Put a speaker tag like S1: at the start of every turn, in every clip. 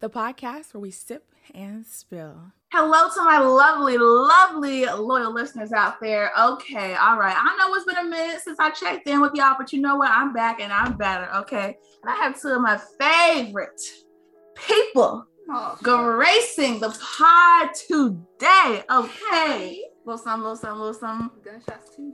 S1: the podcast where we sip and spill.
S2: Hello to my lovely, lovely loyal listeners out there. Okay, all right. I know it's been a minute since I checked in with y'all, but you know what? I'm back and I'm better. Okay. And I have two of my favorite people
S3: Oh,
S2: gracing the pod today. Okay. Little something, little something, little something.
S3: gunshots too.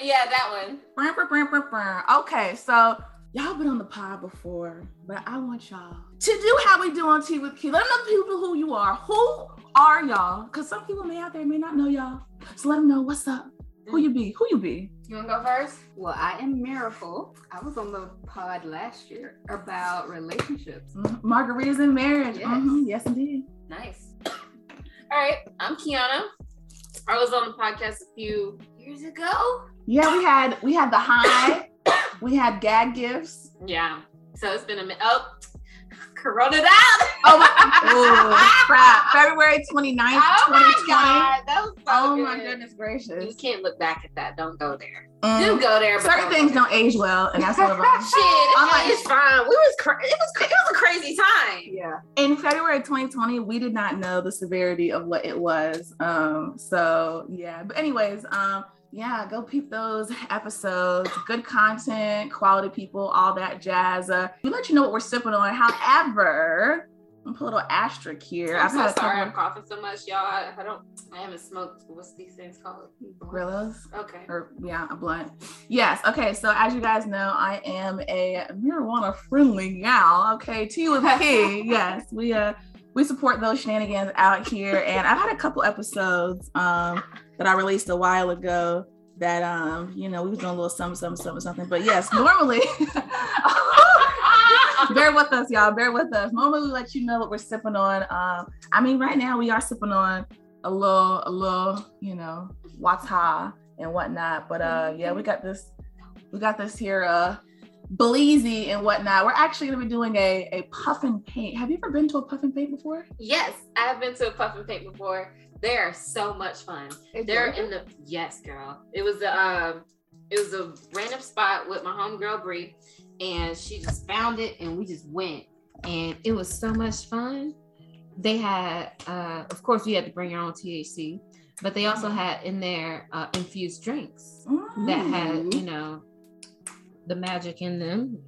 S3: Yeah, that one.
S2: Brr, brr, brr, brr, brr. Okay, so y'all been on the pod before, but I want y'all to do how we do on Tea with Key. Let them know people who you are. Who are y'all? Because some people may out there may not know y'all. So let them know what's up. Who you be? Who you be?
S3: You wanna go first? Well, I am Miracle. I was on the pod last year about relationships.
S2: Mhm. Margaritas in marriage.
S3: Yes.
S2: Mhm. yes indeed.
S3: Nice. All right, I'm Kiana. I was on the podcast a few years ago.
S2: Yeah, we had we had the high. we had gag gifts.
S3: Yeah. So it's been a minute. Oh, Corona out.
S2: Oh, my, Ooh, crap. February 29th,
S3: Oh my
S2: 2020.
S3: god, that was so
S2: Oh my
S3: good.
S2: goodness
S3: You
S2: gracious.
S3: can't look back at that. Don't go there. Do
S2: Mm.
S3: go there. but
S2: Certain things
S3: go
S2: don't age well, and that's one of
S3: there.
S2: them.
S3: Shit, it's,
S2: I'm like-
S3: it's fine. We was cra- it was it was a crazy time.
S2: Yeah. In February 2020, we did not know the severity of what it was. Um, so yeah. But anyways, um, yeah, go peep those episodes. Good content, quality people, all that jazz. Uh, we let you know what we're sipping on. However, I'm put a little asterisk here.
S3: I'm so
S2: a
S3: sorry I'm
S2: couple
S3: coughing so much, y'all. I, I don't. I haven't smoked. What's these things called?
S2: of gorillas.
S3: Okay.
S2: Or yeah, a blunt. Yes. Okay. So as you guys know, I am a marijuana friendly gal. Okay, tea with P. yes, we uh we support those shenanigans out here, and I've had a couple episodes um that I released a while ago that um you know we was doing a little something something something something. But yes, normally.
S3: Ah!
S2: bear with us, y'all. Bear with us. Normally, we let you know what we're sipping on. Um, I mean, right now we are sipping on a little, a little, you know, wata and whatnot. But uh, yeah, we got this, we got this here, uh, bleezy and whatnot. We're actually gonna be doing a a puff and paint. Have you ever been to a puff and paint before?
S3: Yes, I have been to a puff and paint before. They are so much fun. They're in the yes, girl. It was a um, it was a random spot with my homegirl Bree, and she just found it, and we just went, and it was so much fun. They had, uh, of course, you had to bring your own THC, but they also had in there uh, infused drinks that had
S2: Mm-hmm.
S3: you know the magic in them,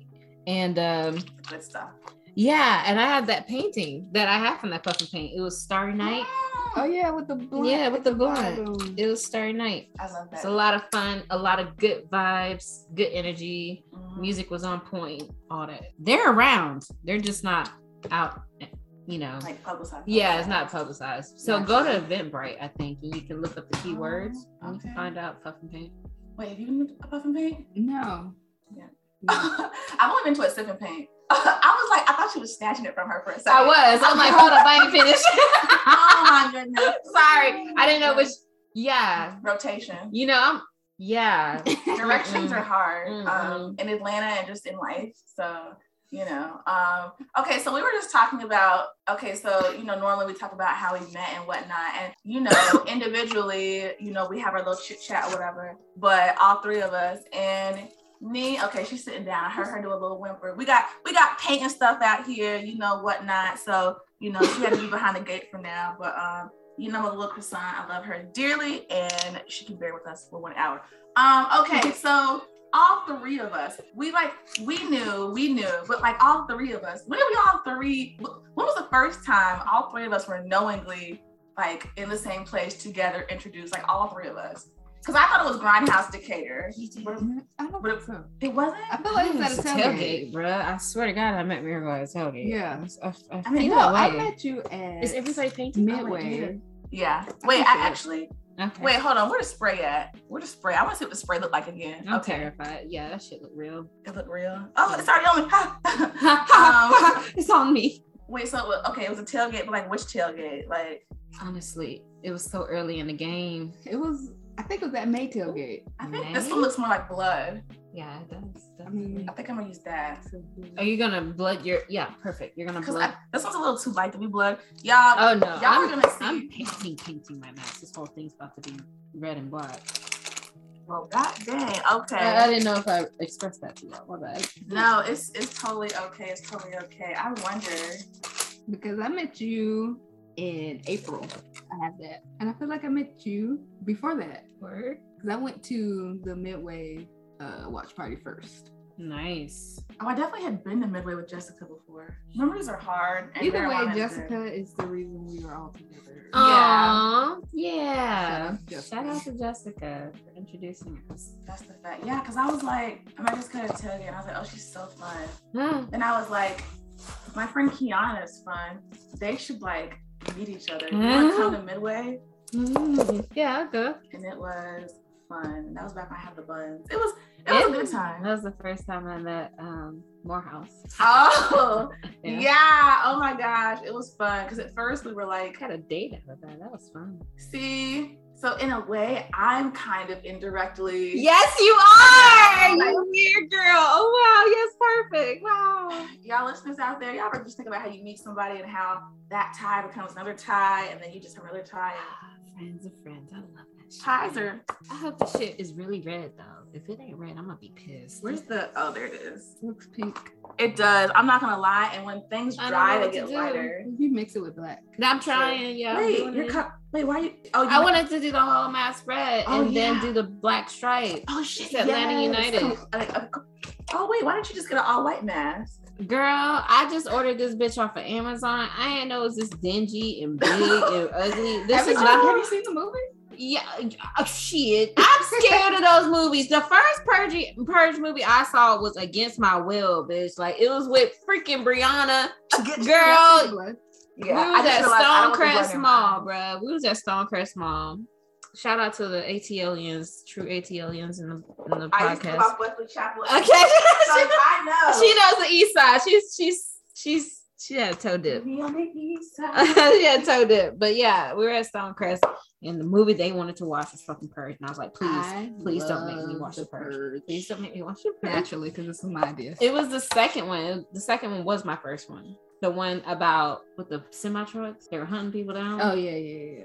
S3: and um,
S2: good stuff.
S3: yeah, and I have that painting that I have from that puffin paint. It was Starry Night.
S2: Mm.
S4: Oh yeah, with the blunt.
S3: Yeah, with the blunt.
S4: balloon.
S3: It was Starry Night.
S2: I love that.
S3: It's a lot of fun, a lot of good vibes, good energy.
S2: Mhm.
S3: Music was on point, all that. They're around. They're just not out, you know.
S2: like publicized.
S3: Yeah, it's not publicized. So
S2: Yeah.
S3: go to Eventbrite, I think, and you can look up the keywords and you
S2: Okay.
S3: can find out fucking paint.
S2: Wait, have you been to a puff and paint?
S4: No.
S2: I've only been to a sip and paint. I was like, I thought she was snatching it from her for a second.
S3: I was. I'm like, hold up, I ain't finished.
S2: Oh my goodness.
S3: Sorry. I didn't know which yeah.
S2: rotation.
S3: You know, I'm yeah.
S2: Directions
S3: Mm-mm.
S2: are hard um,
S3: Mm-mm.
S2: in Atlanta and just in life. So you know. Um, okay, so we were just talking about. Okay, so you know, normally we talk about how we met and whatnot, and you know, individually, you know, we have our little chit chat or whatever. But all three of us and. Me, okay, she's sitting down. I heard her do a little whimper. We got we got paint and stuff out here, you know, whatnot. So, you know, she had to be behind the gate for now. But um, you know, I'm a little croissant. I love her dearly, and she can bear with us for one hour. Um, okay, so all three of us, we like, we knew, we knew, but like all three of us, when did we all three, wh- when was the first time all three of us were knowingly like in the same place together, introduced, like all three of us? Because I thought it was Grindhouse Decatur.
S4: I don't
S2: But-
S4: think so.
S2: It wasn't?
S4: I feel like it's at a tailgate.
S3: tailgate, bro. I swear to God, I met Miracle at a tailgate.
S4: Yeah.
S3: I, I,
S2: I mean,
S3: feel
S4: No,
S3: that
S4: I
S3: way.
S4: met you at
S3: Is everybody painting?
S4: Midway.
S2: Yeah. Wait, I
S4: think so.
S2: actually,
S3: Okay.
S2: wait, hold on. Where the spray at? Where the spray? I want to see what the spray looked like again.
S3: I'm terrified. Yeah, that shit look real.
S2: It looked real. Oh, it's already on me. Um,
S3: it's on me.
S2: Wait, so uh, okay, it was a tailgate, but like which tailgate? Like
S3: Honestly, it was so early in the game.
S4: It was I think it was at May tailgate.
S2: I think
S3: May?
S2: this one looks more like blood.
S3: Yeah, it does.
S4: I mean,
S2: I think I'm gonna use that
S3: Are you gonna blood your? Yeah, perfect. You're gonna
S2: because
S3: blood.
S2: this one's a little too light to be blood. Y'all,
S3: oh no,
S2: y'all
S3: I'm,
S2: are gonna see.
S3: I'm painting, painting my mask. This whole thing's about to be red and black.
S2: Well, god dang.
S5: I, I
S2: Okay.
S5: didn't know if I expressed that too well. My bad.
S2: No, it's it's totally okay. It's totally okay. I wonder.
S4: because I met you in April. I have that, and I feel like I met you before that
S5: Word.
S4: because I went to the Midway uh, watch party first.
S5: Nice.
S2: Oh, I definitely had been to Midway with Jessica before. Memories are hard. and
S4: Either way,
S2: marijuana is
S4: Jessica is the reason we were all together.
S2: Oh.
S3: Aw, yeah.
S4: Shout out to
S3: Shout out to Jessica for introducing us.
S2: good. That's the fact. Yeah, because I was like, I met Jessica at Italian. I was like, oh, she's so fun.
S3: Hmm.
S2: And I was like, my friend Kiana is fun. They should like meet each other. You want to come to Midway?
S3: Mm, yeah, I'll go.
S2: And it was fun. That was back when I had the buns. It was it was a good
S3: That
S2: time.
S3: was the first time I met um, Morehouse.
S2: Oh yeah.
S3: Yeah.
S2: Oh my gosh. It was fun. Cause at first we were like,
S3: I got a date out of that. That was fun.
S2: see. So in a way, I'm kind of indirectly
S3: Yes, you are. You weird girl. Oh wow. Yes, perfect. Wow.
S2: y'all listeners out there, y'all better just think about how you meet somebody and how that tie becomes another tie, and then you just have another tie. And
S3: Friends of friends. I love that. Shit.
S2: ties are
S3: I hope the shit is really red though. If it ain't red, I'm gonna be pissed.
S2: where's the oh there it is.
S4: Looks pink.
S2: It does. I'm not gonna lie. And when things
S3: I don't
S2: dry,
S3: know
S2: they
S3: what to
S2: get
S3: do.
S2: lighter.
S4: You mix it with black.
S3: I'm trying, yeah. I'm
S2: wait,
S3: doing
S2: your
S3: it.
S2: cup. Wait, why you? Oh, you
S3: I wanted to do the whole mass red
S2: Oh,
S3: and
S2: yeah.
S3: then do the black stripe.
S2: Oh shit!
S3: Atlanta
S2: yes.
S3: United.
S2: Come- I- I- Oh wait, why didn't you just get an all white mask?
S3: Girl, I just ordered this bitch off of Amazon. I didn't know it was this dingy and big and ugly. This
S4: Haven't
S3: is
S4: you-
S3: my
S4: have you seen the movie?
S3: Yeah, oh, shit. I'm scared of those movies. The first Purge, Purge movie I saw was against my will, bitch. Like it was with freaking Brianna. Girl,
S4: Blood.
S2: Yeah,
S3: we was
S2: just
S3: at
S2: realized I don't think
S3: Stonecrest
S2: black
S3: Mall, bruh. We was at Stonecrest Mall. Shout out to the ATLians, true ATLians in the in the
S2: I used to
S3: podcast.
S2: fuck Wesley Chapel. so
S3: Okay, she, knows,
S2: I know.
S3: she knows the East Side. She's she's she's she had a toe dip.
S2: We on the east side.
S3: yeah, toe dip. But yeah, we were at Stonecrest, and the movie they wanted to watch was fucking Purge, and I was like, please,
S4: I
S3: please don't make me
S4: love
S3: watch The Purge. please don't make me watch Purge.
S4: Naturally, because this was my idea.
S3: It was the second one. The second one was my first one. The one about with the semi trucks, they were hunting people down.
S4: Oh yeah, yeah, yeah.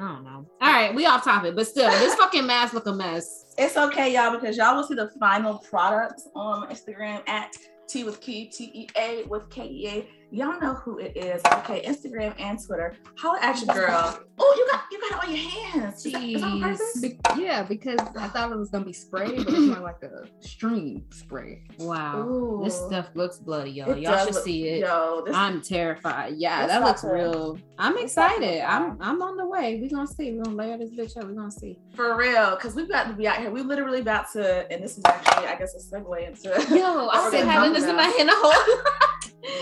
S3: I don't know. All right, we off topic, but still, this fucking mask look a mess.
S2: It's okay, y'all, because y'all will see the final products on Instagram at T with Q, T E A with K E A. Y'all know who it is. Okay, Instagram and Twitter. Holla at your girl. Oh, you got you got it on your hands. Is that, is that on purpose?
S4: Be- yeah, because I thought it was gonna be spray, but it's more like a stream spray.
S3: Wow,
S2: Ooh.
S3: this stuff looks bloody, y'all.
S2: It
S3: y'all
S2: does
S3: should
S2: look-
S3: see it.
S2: Yo, this
S3: I'm terrified. Yeah,
S2: It's
S3: that
S2: not
S3: looks
S2: good.
S3: real. I'm
S2: It's not
S3: excited.
S2: good.
S3: I'm I'm on the way. We're gonna see. We're gonna layer this bitch up. We're gonna see.
S2: for real, because we've got to be out here. We literally about to, and this is actually, I guess, a segue into.
S3: Yo,
S2: We're
S3: I still
S2: gonna
S3: having
S2: talk
S3: this in
S2: about
S3: my head the whole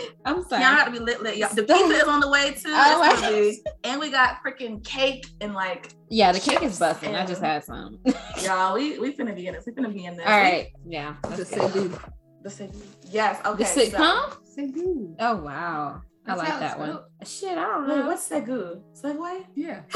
S3: I'm
S2: Y'all
S3: sorry.
S2: got to be lit, lit. Y'all. The pizza is on the way too. It's
S3: Oh, my
S2: gonna be- and we got freaking cake and like
S3: yeah, the cake is busting. I just
S2: Yeah.
S3: had some.
S2: y'all. We we finna be in this. We finna be in this.
S3: All right. Yeah.
S4: The
S3: let's go.
S4: Cebu.
S2: The city. Yes.
S3: The
S2: Okay. so-
S3: sitcom?
S4: Cebu.
S3: Oh wow. I
S4: That's how
S3: like
S4: it's
S3: that one.
S4: spelled.
S3: Shit, I don't
S2: Wait,
S3: know.
S2: what's Segu? Segway?
S4: Yeah.
S2: I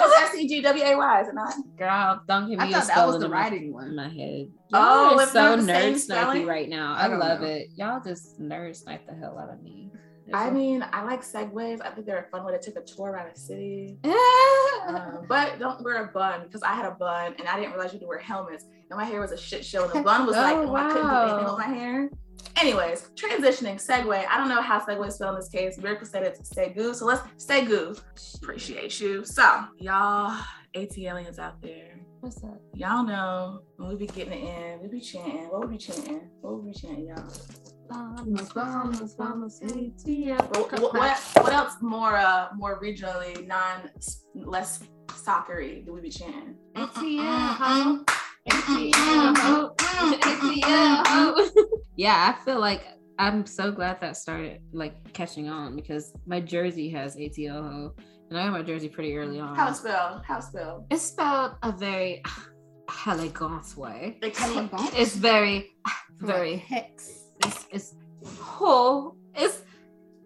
S2: thought it was S E G W A Y, is it not?
S3: Girl, don't give me
S4: I
S3: a
S4: thought that was
S3: spelling
S4: the
S3: in my,
S4: writing
S3: in
S4: one.
S3: my head.
S2: Oh,
S3: Y'all are
S2: it's not
S3: so
S2: the same
S3: nerd
S2: spelling?
S3: snipey right now.
S4: I
S3: I,
S4: don't
S3: love
S4: know.
S3: it. Y'all just nerd snipe the hell out of me.
S2: I mean, I like segways. I think they're a fun way to take a tour around a city. Um, but don't wear a bun because I had a bun and I didn't realize you could wear helmets. And my hair was a shit show. And the bun was like,
S3: Oh,
S2: oh, I couldn't do anything
S3: wow.
S2: with my hair. Anyways, transitioning, segue. I don't know how segue is spelled in this case. Miracle said it's Segu. So let's Segu. Appreciate you. So, y'all, AT aliens out there.
S3: What's up?
S2: Y'all know when we be getting it in, we be chanting. What we be chanting? What we be chanting, y'all?
S4: Bombas, bombas, bombas,
S3: ATL.
S2: What what, what, what else more uh more regionally, non less soccery do we be chanting?
S3: ATL,
S4: Mm-hmm.
S3: yeah, I feel like I'm so glad that started like catching on because my jersey has ATL ho, and I got my jersey pretty early on.
S2: How it's spelled? How it's spelled?
S3: it's spelled a very elegant way.
S2: Like,
S3: It's very, very
S4: hex.
S3: It's it's ho. It's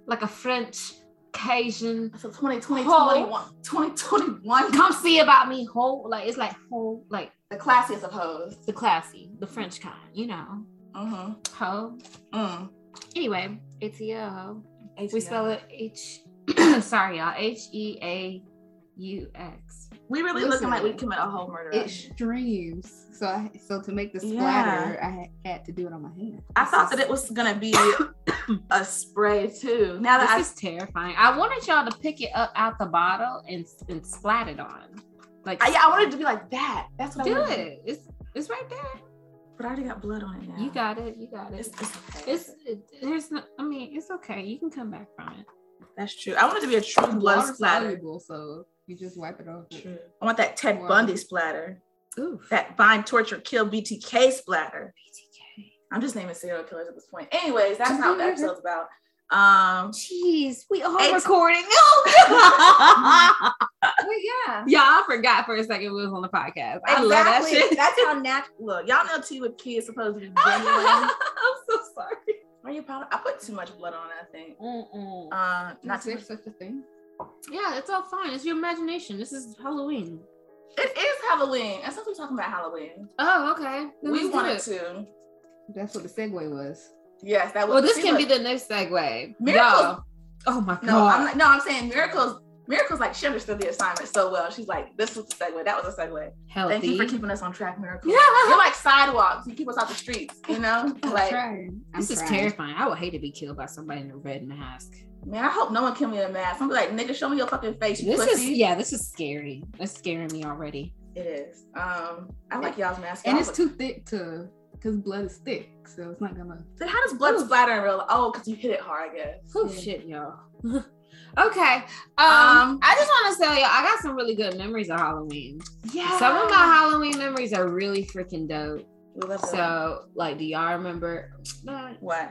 S3: like a French Cajun.
S2: so 2020,
S3: Ho.
S2: 21, 2021,
S3: Come see about me ho. Like it's like ho. Like
S2: the classiest of hoes.
S3: the classy, the French kind. You know
S2: Mm-hmm.
S3: ho.
S2: Mm.
S3: Anyway, ATL ho.
S2: ATL.
S3: We spell it H. sorry, y'all. H E A U X.
S2: We really looking
S4: Listen.
S2: like we commit a whole murder.
S4: It
S2: action.
S4: streams. So I so to make the splatter, I had, had to do it on my hand.
S2: I thought that it was gonna be a spray too. Now that I
S3: This is terrifying. I wanted y'all to pick it up out the bottle and and splat it on. Like
S2: I, yeah, I wanted it to be like that. That's what I
S3: do
S2: wanted to
S3: it. It's it's right there.
S2: But I already got blood on it now.
S3: You got it. You got
S2: it's,
S3: it.
S2: it's,
S3: It's it, there's no. I mean, it's okay. You can come back from it.
S2: that's true. I want it to be a true blood
S4: Water's
S2: splatter.
S4: soluble, so you just wipe it off.
S2: I want that Ted
S4: Water.
S2: Bundy splatter.
S3: Oof.
S2: That bind, torture, kill BTK splatter.
S3: BTK.
S2: I'm just naming serial killers at this point. Anyways, that's not what that episode's about. Um,
S3: Jeez, we all
S2: Ex-
S3: recording. Oh,
S4: Wait, yeah.
S3: y'all I forgot for a second we was on the podcast. I love that
S2: exactly.
S3: shit.
S2: That's how natural. Look, y'all know T with P is supposed to be genuine.
S3: I'm so sorry.
S2: Are you proud? I put too much blood on. it, I think.
S3: Mm-mm.
S2: Uh, not
S4: Is
S2: too
S4: there
S2: much.
S4: such a thing?
S3: Yeah, it's all fine. It's your imagination. This is Halloween.
S2: It is Halloween. And since we're talking about Halloween,
S3: Oh, okay. Then
S2: we
S3: let's do
S2: wanted
S3: it.
S2: to.
S4: That's what the segue was.
S2: Yes, that was.
S3: Well, this
S2: see,
S3: can
S2: look,
S3: be the next segue.
S2: Miracles-
S3: Y'all. Oh my god.
S2: No, I'm not, no, I'm saying miracles. Miracles like she understood the assignment so well. She's like, this was the segue. That was a segue.
S3: Healthy.
S2: Thank you for keeping us on track, miracles.
S3: Yeah.
S2: You're like sidewalks. You keep us off the streets. You know, like
S4: trying. I'm
S3: this is
S4: trying.
S3: terrifying. I would hate to be killed by somebody in a red mask.
S2: man, I hope no one kill me in a mask. I'm gonna be like, nigga, show me your fucking face. You
S3: This
S2: pussy.
S3: is yeah, this is scary. It's scaring me already.
S2: It is. Um, I like y'all's mask.
S4: And
S2: Y'all
S4: it's
S2: look-
S4: too thick to, because blood is thick, so it's not gonna.
S2: Then how does blood splatter in real? Oh, because you hit it hard. I guess.
S3: Oh
S4: Yeah.
S3: shit, y'all. okay. Um,
S2: Um,
S3: I just want to tell y'all, I got some really good memories of Halloween.
S2: Yeah.
S3: Some of my Halloween memories are really freaking dope.
S2: We love that.
S3: So, like, do y'all remember? Nah,
S2: what?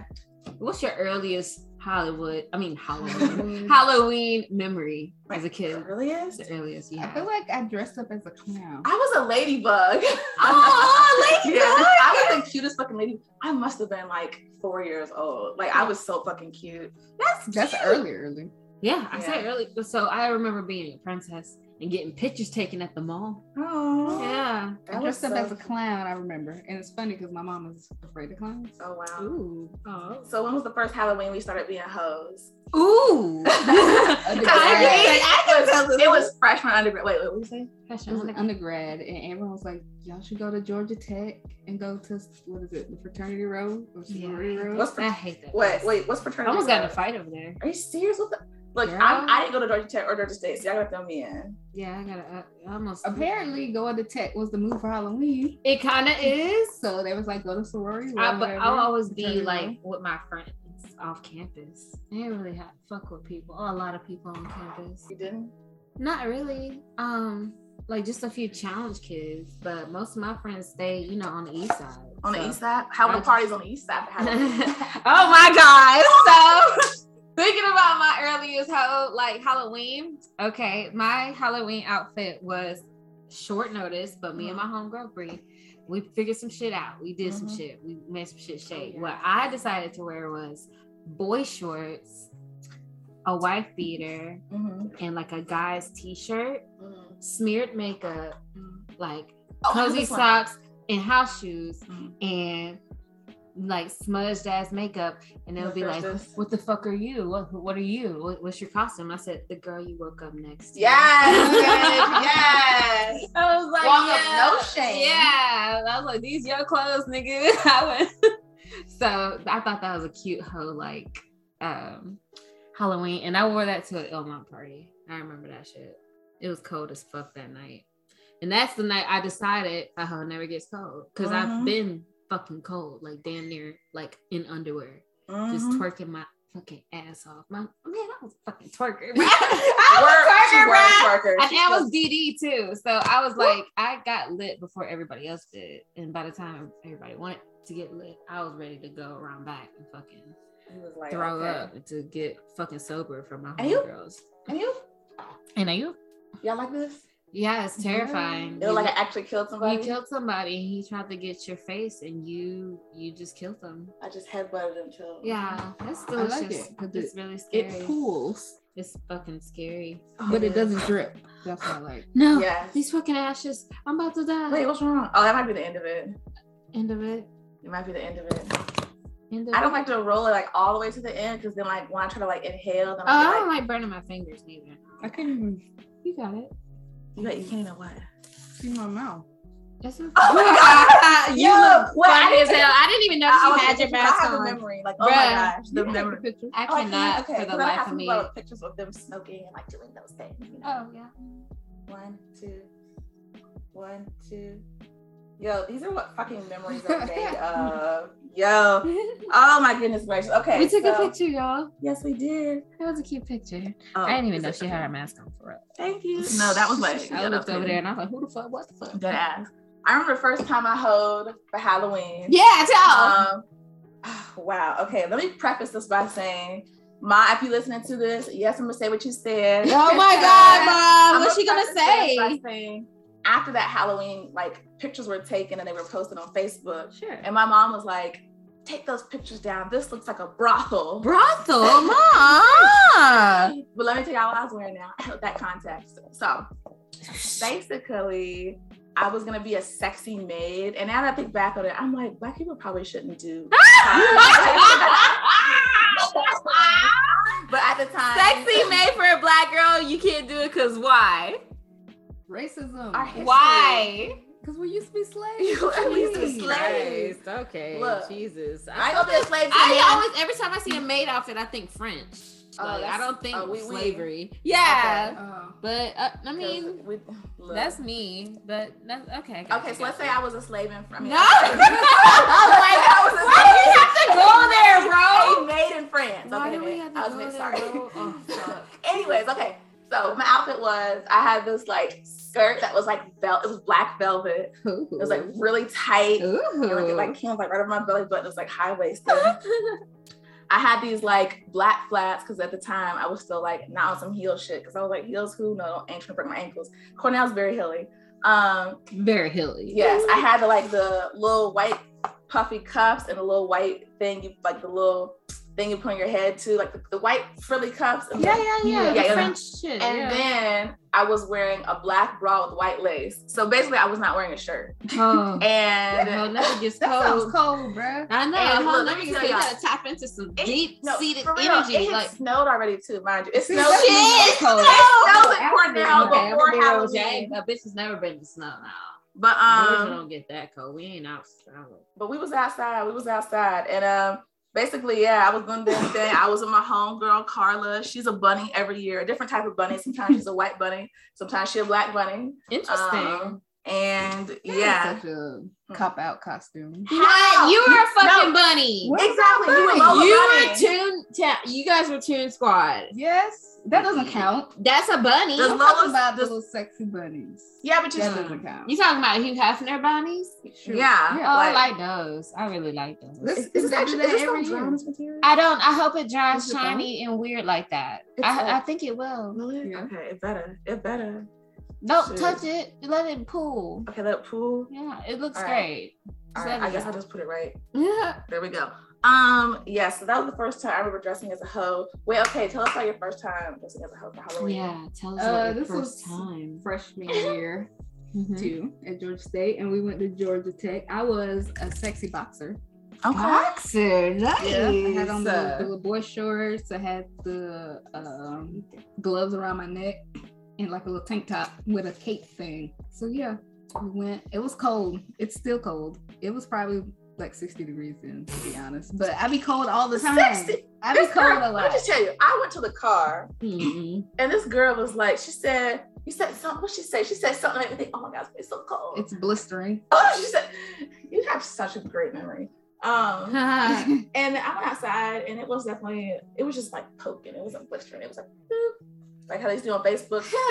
S3: What's your earliest Hollywood? I mean, Halloween.
S4: Mm-hmm.
S3: Halloween memory as a kid.
S2: really is.
S3: The earliest you
S4: I feel
S3: had.
S4: like I dressed up as a clown.
S2: I was a ladybug.
S3: Oh, a ladybug?
S2: Yeah, I was the cutest fucking lady. I must have been like four years old. Like I was so fucking cute.
S3: That's
S4: That's early, early.
S3: Yeah, I said
S2: Yeah.
S3: early. So I remember being a princess and getting pictures taken at the mall.
S2: Oh.
S3: Yeah.
S4: I dressed up as a clown. I remember, and it's funny because my mom is afraid of clowns.
S2: Oh wow.
S3: Ooh. Oh.
S2: So when was the first Halloween we started being hoes?
S3: Ooh.
S2: I
S4: Undergrad.
S2: can- I can
S4: It
S2: tell
S4: was-
S2: It was freshman undergrad. Wait, what were you saying?
S4: It was an undergrad, and everyone was like, "Y'all should go to Georgia Tech and go to what is it, the fraternity row or sorority
S3: Yeah.
S4: row?"
S2: What's
S3: I
S2: frat-
S3: hate that.
S2: Wait,
S3: place.
S2: wait, what's
S3: I
S2: fraternity?
S3: almost got in a
S2: code?
S3: fight over there.
S2: Are you serious? What the? Look,
S3: Girl.
S2: I'm, I didn't go to Georgia Tech or Georgia State, so y'all gotta fill me in.
S3: Yeah, I got to I almost.
S4: Apparently, going to Tech was the move for Halloween,
S3: It kind of is.
S4: so they was like, "Go to sorority row."
S3: I, but I'll
S4: whatever.
S3: always be
S4: Fraternity
S3: like
S4: row.
S3: with my friends off campus. I didn't really have, fuck with people. Oh, a lot of people on campus.
S2: You didn't?
S3: Not really. Um, like just a few challenge kids, but most of my friends stay, you know, on the east side.
S2: On the
S3: so-
S2: east side? How were
S3: I-
S2: the parties on the east side for Halloween?
S3: oh my god! So thinking about my earliest ho- like Halloween. Okay, my Halloween outfit was short notice, but me and my homegirl Bree, we figured some shit out. We did some
S2: Mhm.
S3: shit. We made some shit shape.
S2: yeah.
S3: What I decided to wear was boy shorts, a wife beater,
S2: Mhm.
S3: and like a guy's t-shirt,
S2: Mhm.
S3: smeared makeup, like
S2: Oh,
S3: cozy
S2: this one.
S3: socks and house shoes
S2: Mhm.
S3: and like smudged ass makeup and they'll
S2: What
S3: be like
S2: there's this.
S3: what the fuck are you what, what are you what, what's your costume i said the girl you woke up next to."
S2: Yes, bitch, yes.
S3: i was like
S2: Walk up,
S3: yeah.
S2: no shame.
S3: yeah i was like these your clothes nigga I went- so i thought that was a cute hoe like um halloween and i wore that to an ilmont party i remember that shit it was cold as fuck that night and that's the night I decided a hoe never gets cold because I've
S2: Mhm.
S3: been fucking cold, like damn near like in underwear, just
S2: Mhm.
S3: twerking my fucking ass off. My man, I was a fucking twerker. bruh. I
S2: Work-
S3: was
S2: she
S3: a twerker,
S2: work
S3: bruh.
S2: worker.
S3: And
S2: She
S3: I
S2: was-
S3: was DD too, so I was like, I got lit before everybody else did, and by the time everybody wanted to get lit, I was ready to go around back and fucking
S2: she was like,
S3: throw
S2: okay.
S3: up and to get fucking sober from my
S2: And you-
S3: homegirls.
S2: And you?
S3: And are you?
S2: Y'all like this?
S3: Yeah, it's terrifying.
S2: It was
S3: You
S2: like I
S3: know-
S2: actually killed somebody.
S3: You killed somebody. He tried to get your face, and you you just killed them.
S2: I just headbutted him till.
S3: Yeah, that's
S4: I like
S3: delicious.
S4: it, 'cause
S3: it's really scary.
S4: it pools,
S3: it's fucking scary.
S4: but it doesn't drip. That's what I like.
S3: No,
S2: Yes.
S3: these fucking ashes. I'm about to die.
S2: Wait, what's wrong? Oh, that might be the end of it.
S3: end of it.
S2: It might be the end of it.
S3: End of
S2: I don't
S3: it.
S2: like to roll it like all the way to the end because then like when I try to like inhale, then
S3: Oh,
S2: I'm
S3: I
S2: like,
S3: don't like burning my fingers neither.
S4: I couldn't even.
S3: You got it.
S2: You bet you can't even what?
S4: See my mouth.
S3: That's okay.
S2: Oh my god!
S3: You look
S2: well, I
S3: funny as
S2: didn't-
S3: hell. I didn't even know
S2: I- I
S3: you
S2: was
S3: had your
S2: thinking-
S3: mask
S2: I have the
S3: on.
S2: memory, like oh my
S3: Bruh.
S2: gosh, the
S4: You take a
S2: memory.
S4: picture.
S3: I
S2: Oh, I
S3: cannot
S2: can't- okay,
S3: for the
S2: 'cause I have
S3: life of
S2: some
S3: me. Oh,
S2: little pictures of them smoking and like doing those things. You know?
S3: yeah. Oh.
S2: One, two, one, two. Yo, these are what fucking memories are made of. Yo, oh my goodness gracious. Okay,
S3: We took a
S2: so-
S3: picture, y'all.
S2: Yes, we did.
S3: It was a cute picture.
S2: Oh,
S3: I didn't even
S2: is
S3: know
S2: it-
S3: she had her mask on for real.
S2: Thank you. No, that was like
S3: I looked over there and I was like, who the fuck? What the fuck?
S2: Dead ass. I remember the first time I hoed for Halloween.
S3: Yeah, tell.
S2: Um, wow. Okay, let me preface this by saying, Ma, if you're listening to this, yes, I'm gonna say what you said.
S3: oh my
S2: Uh,
S3: god, mom.
S2: I'm
S3: What's she gonna
S2: preface this by
S3: say?
S2: saying, After that Halloween, like pictures were taken and they were posted on Facebook,
S3: Sure.
S2: and my mom was like, "Take those pictures down. This looks like a brothel."
S3: Brothel, mom.
S2: But let me tell y'all what I was wearing now. that context. So basically, I was gonna be a sexy maid, and now that I think back on it, I'm like, black people probably shouldn't do. but at the time,
S3: Sexy made for a black girl, you can't do it because why?
S2: Our
S4: Racism.
S2: history-
S3: Why?
S4: Because we used to be slaves.
S2: we used to be
S3: Jesus
S2: slaves.
S3: Christ, Okay.
S2: Look,
S3: Jesus.
S2: I ain't gonna be a slave to
S3: I
S2: man.
S3: always every time I see a maid outfit, I think French.
S2: Oh,
S3: Like, I
S2: that's-
S3: don't think
S2: oh, we- we-
S3: slavery. Yeah,
S4: Oh.
S3: but uh, I mean,
S2: 'Cause we- look.
S3: that's me. But that's okay. I got
S2: okay.
S3: you,
S2: So let's
S3: got
S2: say
S3: you.
S2: I was a slave in France.
S3: no. I was like, why
S2: a maid in France.
S3: Why
S2: okay,
S3: do we
S2: wait,
S3: have to
S2: I was
S3: go
S2: made,
S3: there,
S2: sorry.
S3: bro? Oh, fuck.
S2: Anyways, okay. So my outfit was I had this like skirt that was like belt. It was black velvet.
S3: do we have to go there, bro?
S2: It was like really tight. And, like it like
S3: Ooh.
S2: came like right over my belly button. It was like high waisted. I had these like black flats because at the time I was still like not on some heel shit because I was like heels who no don't ankle break my ankles. Cornell's very hilly. Um,
S3: Very hilly.
S2: yes, I had the, like the little white puffy cuffs and the little white thing you like the little thing you put on your head too, like the, the white frilly cuffs. And
S3: Yeah, yeah, yeah.
S2: Yeah,
S3: the
S2: yeah.
S3: French shit.
S2: And
S3: yeah.
S2: then I was wearing a black bra with white lace. So basically, I was not wearing a shirt.
S3: oh,
S2: And
S3: that whole never gets
S4: That sounds
S3: cold.
S4: cold, bruh.
S3: I
S2: And
S3: know. a whole
S2: look, let
S3: never
S2: me
S3: gets
S2: tell
S3: cold. You
S2: y'all.
S3: gotta tap into some
S2: It-
S3: deep
S2: no,
S3: seated
S2: for real,
S3: energy.
S2: It had
S3: like
S2: snowed already too, mind you. It snowed.
S3: Shit, it's cold.
S2: That was at
S4: After
S2: Cornell
S4: the-
S3: Okay, I'm
S2: before
S3: a big old
S2: Halloween.
S3: jag. A bitch has never been to snow now.
S2: But
S3: Boys
S2: um,
S3: don't get that cold. We ain't out.
S2: but we was outside. We was outside, and um, basically, yeah, I was doing this thing. I was with my homegirl Carla. She's a bunny every year, a different type of bunny. Sometimes she's a white bunny. Sometimes she's a black bunny.
S3: Interesting.
S2: Um, and
S4: That is
S2: yeah, Hmm.
S4: Such a cop out costume.
S3: What? You were a fucking bunny.
S4: What?
S2: exactly. You were
S4: You
S2: Lola
S3: You
S2: bunny.
S3: were Toon. Ta- you guys were Toon Squad.
S4: Yes, that doesn't count.
S3: That's a bunny.
S2: Does
S4: I'm
S2: Mm-hmm. Lola's-
S4: talking about the
S2: does-
S4: little sexy bunnies.
S2: Yeah, but you
S4: That doesn't count.
S3: You talking about Hugh Hefner bunnies?
S4: Sure.
S2: Yeah.
S3: Oh,
S4: yeah.
S3: I
S2: like-
S3: like those. I really like those.
S4: Let's-
S2: Is, is
S4: they
S2: it
S4: do
S2: actually
S4: that
S2: is this
S4: every
S2: gonna
S4: year.
S2: drown this material?
S3: I don't. I hope it dries
S4: Is it fun?
S3: shiny and weird like that.
S2: It's fun.
S3: I, I think it will.
S2: Will it?
S4: Yeah.
S2: Okay, it better. It better.
S3: Don't
S2: Shit.
S3: touch it. Let it pool.
S2: Okay, let it pool.
S3: Yeah, it looks
S2: All right.
S3: great.
S2: All right, I guess I'll just put it right.
S3: Yeah.
S2: There we go. Um, yeah, so that was the first time I remember dressing as a hoe. Wait, okay, tell us about your first time dressing as a hoe for Halloween.
S3: Yeah. Tell us
S4: Uh,
S3: about your
S4: this
S3: first
S4: was-
S3: time.
S4: Freshman year
S2: Mm-hmm.
S3: Mhm.
S4: too at Georgia State, and we went to Georgia Tech. I was a sexy boxer.
S3: Boxer. Nice.
S4: Yeah, I had on the,
S2: Lisa.
S4: the little boy shorts. I had the um, gloves around my neck and like a little tank top with a cape thing. So yeah, we went. It was cold. It's still cold. It was probably like 60 degrees then, to be honest. But I be cold all the time.
S2: 60?
S4: I be
S2: This
S4: cold
S2: girl,
S4: a
S2: let me
S4: lot.
S2: just tell you, I went to the car
S3: Mhm.
S2: and this girl was like, she said, you said something, what she said? She said something that made me think, oh my God, it's so cold.
S4: It's blistering.
S2: oh, she said, you have such a great memory. Um, And I went outside and it was definitely, it was just like poking. It wasn't blistering. It was like, boop. like how they used to do on Facebook.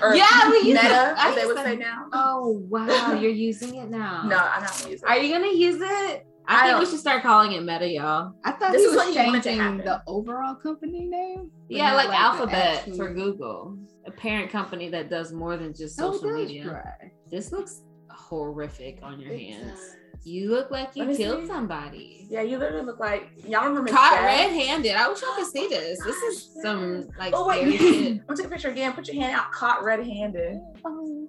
S2: Or
S3: yeah, we use
S2: Meta,
S3: it. I
S2: as they
S3: used
S2: would
S3: to-
S2: say now.
S3: Oh wow, you're using it now.
S2: No, I'm not going to use it.
S3: Are you gonna use it?
S2: I
S3: I, think
S2: don't-
S3: we should start calling it Meta, y'all.
S4: I thought
S2: This
S4: he
S2: is what
S4: was
S2: he wanted to
S4: changing
S2: happen.
S4: the overall company name. but
S3: yeah,
S4: not,
S3: like,
S4: the
S3: Alphabet
S4: actual-
S3: for Google, a parent company that does more than just
S4: Oh,
S3: social
S4: that's
S3: media.
S4: right.
S3: This looks horrific on your
S2: It
S3: hands.
S2: does.
S3: You look like you
S2: Let me
S3: killed
S2: see.
S3: somebody.
S2: Yeah, you literally look like y'all remember
S3: Caught
S2: Macbeth?
S3: red-handed. I wish y'all could see this. This is
S2: Gosh,
S3: some like
S2: Oh, wait.
S3: scary shit.
S2: I'm gonna take a picture again. Put your hand out. Caught red-handed.
S3: Oh,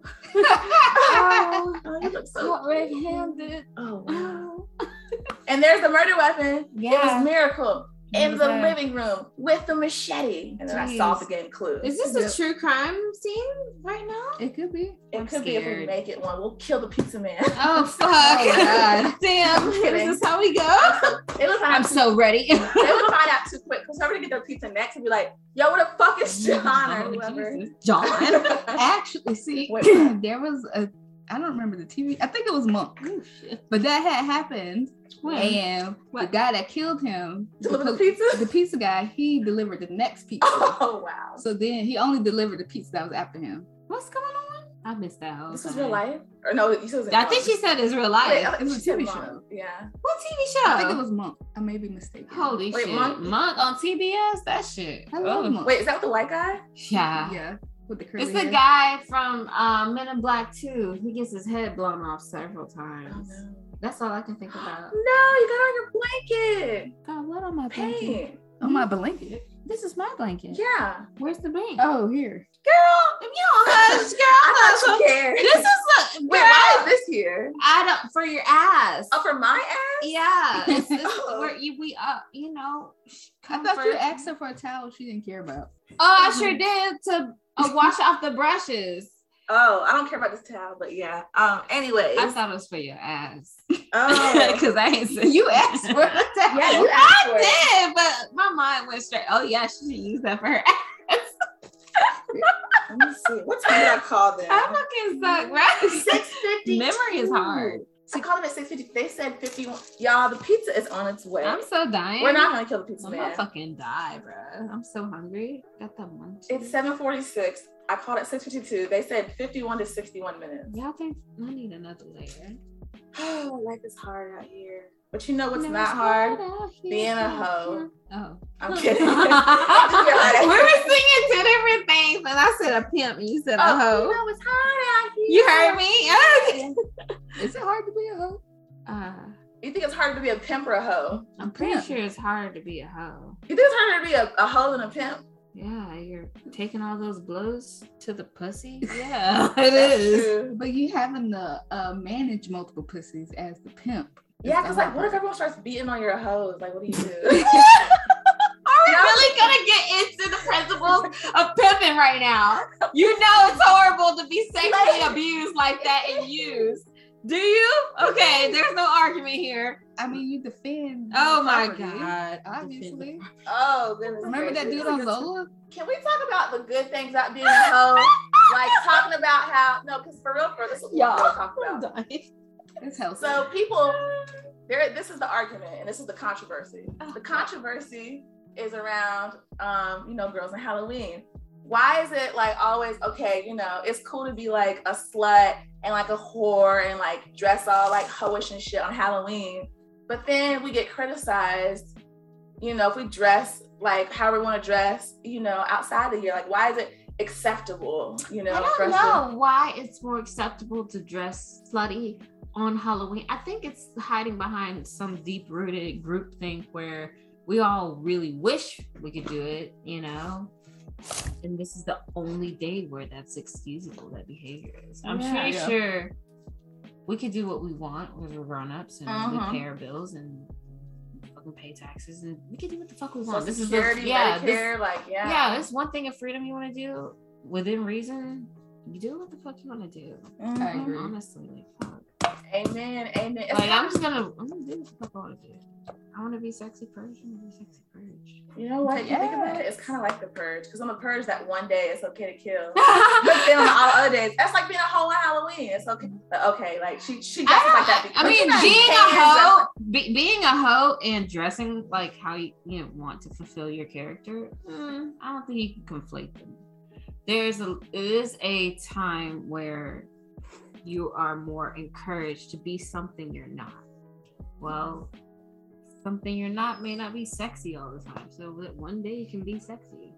S2: oh, you look so
S3: caught red-handed.
S2: Oh, wow.
S3: Oh.
S2: And there's the murder weapon. It
S3: Yeah.
S2: was miracle. in the
S4: Okay.
S2: living room with the machete. And then I
S4: Jeez.
S2: solved the game clue.
S3: Is this
S4: Yep.
S3: a true crime scene right now?
S4: It could be.
S2: It
S3: I'm
S2: could be if we
S3: scared.
S2: make it one. We'll kill the pizza man.
S3: Oh fuck!
S4: God.
S3: Damn,
S2: I'm kidding.
S3: is this how we go? Oh,
S2: they would find
S4: I'm
S2: out too,
S4: so ready.
S2: they would find out too quick because whoever to get their pizza next would be like, yo, where the fuck is
S3: Oh,
S2: John or whoever?
S4: Jesus. John. Actually, see,
S2: Wait.
S4: there was a I don't remember the TV. I think it was Monk, but that had happened, and the guy that killed him,
S2: Deliver the
S4: pol-
S2: pizza?
S4: the pizza guy, he delivered the next pizza.
S2: Oh wow.
S4: so then he only delivered the pizza that was after him.
S3: What's going on? I missed that. Whole
S2: This is
S3: time.
S2: real life? Or no, you said it was
S3: I think she said it's real life.
S2: Wait, I think
S4: It was
S2: she
S4: a
S2: said
S4: TV
S2: mom.
S4: show.
S2: Yeah.
S3: What TV
S4: I think it
S3: show?
S4: was Monk. I may be mistaken.
S3: Uh-huh. Holy
S2: Wait,
S3: shit!
S2: Monk-
S3: Monk? on TBS? That shit. Oh,
S4: I love Monk.
S2: Wait, is that with the white guy?
S3: Yeah.
S4: yeah, with the curly
S3: It's the
S4: hair.
S3: guy from uh, Men in Black 2. He gets his head blown off several times. That's all I can think about.
S2: No, you got on your blanket.
S3: God, what on my blanket?
S2: Pain.
S4: on my blanket.
S3: This is my blanket.
S2: Yeah.
S3: Where's the blanket?
S4: Oh, here.
S3: Girl, if you don't hush, girl,
S2: I
S3: I
S2: thought you cared.
S3: Oh, This is a
S2: Wait, why is this here?
S3: I don't for your ass.
S2: Oh, for my ass?
S3: Yeah, it's, it's
S2: Oh.
S3: where you we uh you know. sh-
S4: I thought
S3: comfort.
S4: you asked her for a towel she didn't care about.
S3: Oh, I sure did to uh, wash off the brushes.
S2: Oh, I don't care about this towel, but yeah. Um. Anyways.
S3: I thought it was for your ass.
S2: Oh.
S3: Because I ain't said
S4: You asked for a towel.
S2: yeah, you asked for it.
S3: I did, but my mind went straight. Oh yeah, she should use that for her ass.
S2: Let me see. What time did I call them?
S3: I fucking
S2: Mm-hmm.
S3: suck, right?
S2: Six fifty.
S3: Memory is hard.
S2: I called them at six fifty. They said fifty one. Y'all, the pizza is on its way.
S3: I'm so dying.
S2: We're not gonna kill the pizza
S3: I'm
S2: man.
S3: gonna fucking die, bro. I'm so hungry. Got the munchies.
S2: It's seven forty six. I called at six fifty two. They said fifty one to sixty one minutes.
S3: Y'all think I need another layer?
S2: Oh, life is hard out here. But you know what's
S3: No,
S2: not
S3: it's
S2: hard?
S3: out here,
S2: Being a
S3: yeah,
S2: hoe.
S3: yeah. Oh.
S2: I'm
S3: we were
S2: kidding.
S3: singing two different things, and I said a pimp, and you said a
S2: Oh, you
S3: hoe.
S2: know it's hard out here.
S3: You heard me?
S4: Is it hard to be a hoe?
S3: Uh,
S2: You think it's harder to be a pimp or a hoe?
S3: I'm pretty
S4: Pimp.
S3: sure it's hard to be a hoe.
S2: You think it's harder to be a, a hoe than a pimp?
S3: Yeah, you're taking all those blows to the pussy. Yeah, it is.
S2: True.
S4: But you having to uh, manage multiple pussies as the pimp. is
S2: Yeah,
S4: the
S2: because like,
S4: hard
S2: what if
S4: part.
S2: everyone starts beating on your hoes? Like, what do you do?
S3: Are we
S2: No.
S3: really gonna get into the principles of pimping right now? You know it's horrible to be sexually
S2: Like-
S3: abused like that and used. Do you? Okay, there's no argument here.
S4: I mean, you defend.
S3: Oh my
S4: property,
S3: god.
S4: Obviously.
S2: oh, goodness.
S4: Remember that
S2: gracious.
S4: dude on Zola?
S2: Can we talk about the good things about being a hoe? like talking about how no, because for real, for this is what
S3: Yeah.
S2: we're talking about.
S4: It's healthy.
S2: So people, there. This is the argument, and this is the controversy.
S3: Oh,
S2: The controversy is around, um, you know, girls and Halloween. Why is it like always okay? You know, it's cool to be like a slut and like a whore and like dress all like hoish and shit on Halloween, but then we get criticized. You know, if we dress like how we want to dress, you know, outside the year, like why is it acceptable? You know,
S3: I
S2: for
S3: don't
S2: us to-
S3: know why it's more acceptable to dress slutty on Halloween. I think it's hiding behind some deep rooted group thing where we all really wish we could do it, you know? And this is the only day where that's excusable, that behavior is. I'm
S4: Yeah.
S3: pretty
S4: Yeah.
S3: sure we could do what we want when we're grown ups and
S2: Uh-huh.
S3: we pay our bills and fucking pay taxes and we can do what the fuck we
S2: Social
S3: want. This is the,
S2: security,
S3: yeah, this-
S2: Medicare, like yeah,
S3: yeah, it's one thing of freedom you want to do within reason. You do what the fuck you want to do.
S4: I
S2: Mm-hmm.
S3: I'm
S4: agree.
S3: Honestly, like, fuck.
S2: Amen. Amen. It's
S3: like
S2: not-
S3: I'm just gonna, I'm gonna do what the fuck I want to do. I want to be sexy purge. I'm gonna be sexy purge.
S2: you know what? You think about it, it's
S4: Yes.
S2: kind of like the purge. Because on the purge, that one day it's okay to kill. But then on all the other days, that's like being a hoe on Halloween. It's okay. But okay, like she she
S3: I,
S2: dresses like that.
S3: Ah,
S2: because
S3: I mean,
S2: she doesn't
S3: being a
S2: care, dress
S3: hoe,
S2: like-
S3: be, being a hoe, and dressing like how you, you know, want to fulfill your character. mm, I don't think you can conflate them. There's a it is a time where you are more encouraged to be something you're not. Well, something you're not may not be sexy all the time. So that one day you can be sexy.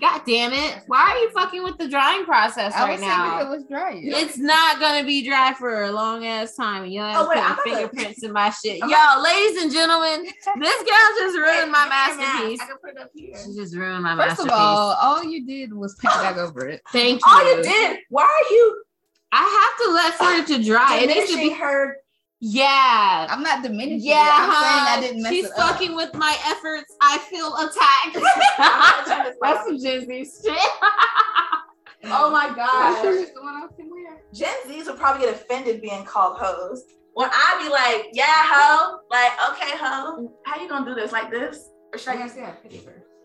S3: God damn it! Why are you fucking with the drying process
S4: I
S3: right
S4: was
S3: now?
S4: saying it was dry.
S3: It's not gonna be dry for a long ass time. Yo,
S2: Oh, wait, I
S3: ass
S2: thought
S3: putting
S2: that-
S3: fingerprints in my shit.
S2: Okay.
S3: Yo, ladies and gentlemen, this girl just ruined my
S2: Hey, I can
S3: masterpiece.
S2: I can put it up here.
S3: She just ruined my
S4: First of
S3: masterpiece.
S4: all, all you did was paint back over it.
S3: Thank you.
S2: All you did, why are you
S3: I have to let for it to dry. It needs to
S2: diminishing
S3: be.
S2: her
S3: Yeah.
S4: I'm not diminishing. it.
S3: yeah,
S4: I'm saying I
S3: huh?
S4: didn't mess
S3: She's
S4: it up.
S3: fucking with my efforts. I feel attacked.
S4: That's
S3: some Gen Z shit.
S2: Oh my
S4: That's
S2: god.
S4: just the one I can wear.
S2: Gen Zs would probably get offended being called hoes. When I be like, yeah, ho, like, okay, ho, how you gonna do this like this? Or should I use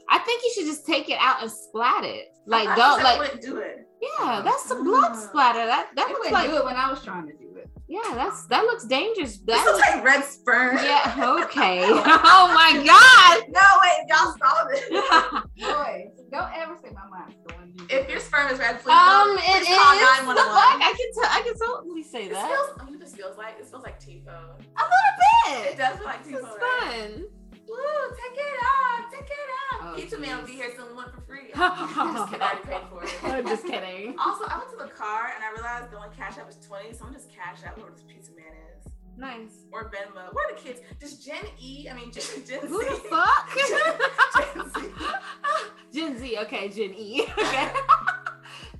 S3: I think you should just take it out and splat it. Like
S2: I
S3: don't
S2: just
S3: like
S2: wouldn't do it.
S3: yeah, that's some blood
S2: Mm.
S3: splatter. That that
S4: I
S3: looks
S4: couldn't
S3: like
S4: do it when I was trying to do it.
S3: yeah, that's that looks dangerous.
S2: This
S3: That
S2: looks
S3: looks,
S2: like red sperm.
S3: yeah, okay. oh my god.
S2: No, wait, y'all saw this.
S4: Boy, don't ever say my mind's the one you.
S2: If your sperm is red, please,
S3: um
S2: don't.
S3: it
S2: please
S3: is
S2: call 911.
S3: the fuck I can tell I can totally say
S2: This
S3: that.
S2: feels, I mean, this feels like, this feels like T-phone.
S3: A little
S2: It
S3: bit.
S2: does feel like
S3: This is
S2: T-phone, right?
S3: fun.
S2: Woo, take it off, take it
S3: Oh,
S2: off. Pizza Man will
S3: geez.
S2: be here soon, one for free. I'm just kidding, I already paid for it.
S3: I'm just kidding.
S2: Also, I went to the car and I realized the only cash app is 20, so I'm just cash app where this pizza man is.
S3: Nice.
S2: Or Venmo. Where are the kids? Does Gen E, I mean Gen, Gen Z.
S3: Who the fuck?
S2: Gen Z.
S3: Gen Z, okay, Gen E. Okay.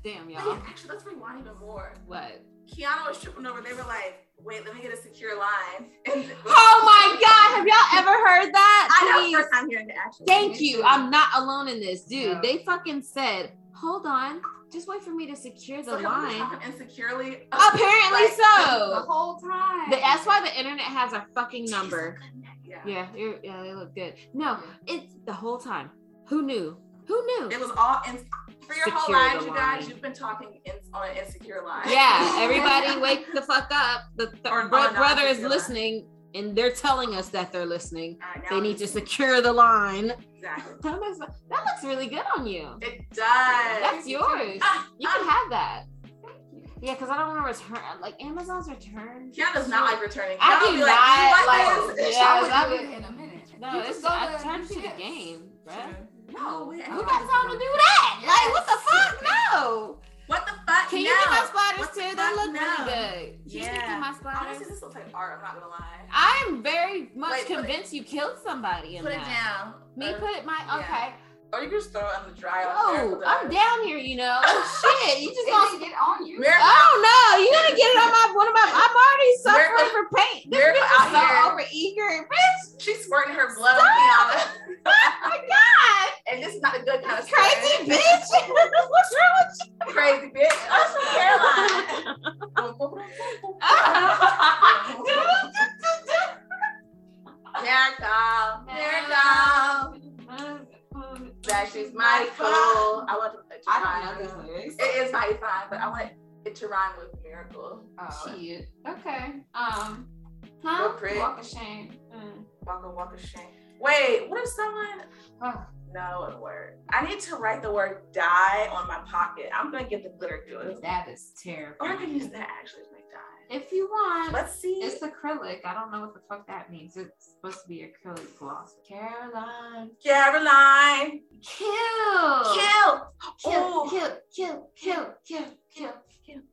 S3: Damn
S2: Wait,
S3: y'all.
S2: actually, let's rewind even more.
S3: What?
S2: Kiana was tripping over. They were like, wait, let me get a secure line. And
S3: Oh my god, have y'all ever heard that?
S2: I know,
S3: Please.
S2: first time hearing it actually.
S3: Thank you. I'm not alone in this, dude.
S4: No.
S3: They fucking said, hold on, just wait for me to secure the
S2: So y'all were
S3: line. Oh.
S2: talking insecurely.
S3: Apparently
S2: Like,
S4: the
S3: so.
S4: whole time.
S3: The- that's why the internet has our fucking number.
S2: Oh, Yeah.
S3: Yeah, you're, yeah, they look good. No, it's the whole time. Who knew? Who knew?
S2: It was all in for your whole
S3: Secure
S2: lives,
S3: the
S2: you guys.
S3: line.
S2: You've been talking in, on an insecure line.
S3: Yeah, everybody wake the fuck up. The th-
S2: Or- or
S3: bro-
S2: not
S3: brother is
S2: secure.
S3: listening and they're telling us that they're listening.
S2: All right, now
S3: They need
S2: we-
S3: to secure the line.
S2: Exactly.
S3: That looks, that looks really good on you.
S2: It does.
S3: That's yours.
S2: Ah,
S3: You can have that. Yeah, because I don't want to return. Like Amazon's return.
S2: Kiana's not like returning.
S3: I
S2: Kiana
S3: do
S2: be
S3: not,
S2: "Did you this?"
S3: like,
S4: I
S3: yeah,
S4: would
S3: that
S4: do
S3: was-
S4: it in a minute.
S3: No,
S4: You
S3: it's
S4: just go
S3: I
S4: to
S3: turned to the
S4: chips.
S3: game, bruh.
S2: No, we-
S3: Who got time to do that? Like, what the fuck? No.
S2: What the fuck?
S3: Can
S2: no.
S3: you get my splatters
S2: What the
S3: too? They
S2: fuck?
S3: look
S2: No.
S3: really good. Can you
S2: Yeah.
S3: get my
S2: Honestly,
S3: splatters?
S2: this looks like art. I'm not gonna lie.
S3: I'm very much
S2: Wait, put it-
S3: convinced you killed somebody in
S2: Put it
S3: that.
S2: down.
S3: Me
S2: or,
S3: put it my
S2: yeah.
S3: okay.
S2: or Oh, you can just throw it on the dryer.
S3: Oh, I'm down here, you know. Oh, Shit, you just
S4: It
S3: gonna
S4: didn't get on you.
S2: Miracle,
S3: Oh no, you gonna get it on my one of my I'm already suffering for paint. This
S2: We're
S3: bitch is
S2: out here.
S3: so over eager. Bitch,
S2: she's squirting her blood
S3: Stop.
S2: on Kiana,
S3: oh my god.
S2: and this is not a good kind of
S3: Crazy bitch. What's wrong with you?
S2: squirt. Crazy bitch. That's from Caroline. Miracle, miracle. That she's mighty cool. I want to it to
S4: I don't
S2: rhyme.
S4: know these lyrics.
S2: It is mighty fine, but I want it to rhyme with miracle.
S4: Oh,
S3: Shit. Okay. Um.
S2: Real
S3: Huh?
S2: prick.
S3: Walk of shame. Mm.
S2: Walk a walk of shame. Wait, what if someone?
S4: Oh.
S2: No, it word. I need to write the word die on my pocket. I'm gonna get the glitter glue.
S3: That is terrible.
S2: Or I could use that actually to make die.
S3: If you want.
S2: Let's see.
S3: It's acrylic. I don't know what the fuck that means. It's supposed to be acrylic gloss. Caroline.
S2: Caroline,
S3: Kill.
S2: kill.
S3: Kill, Oh.
S2: Ooh.
S3: kill, kill, kill, kill, kill, kill.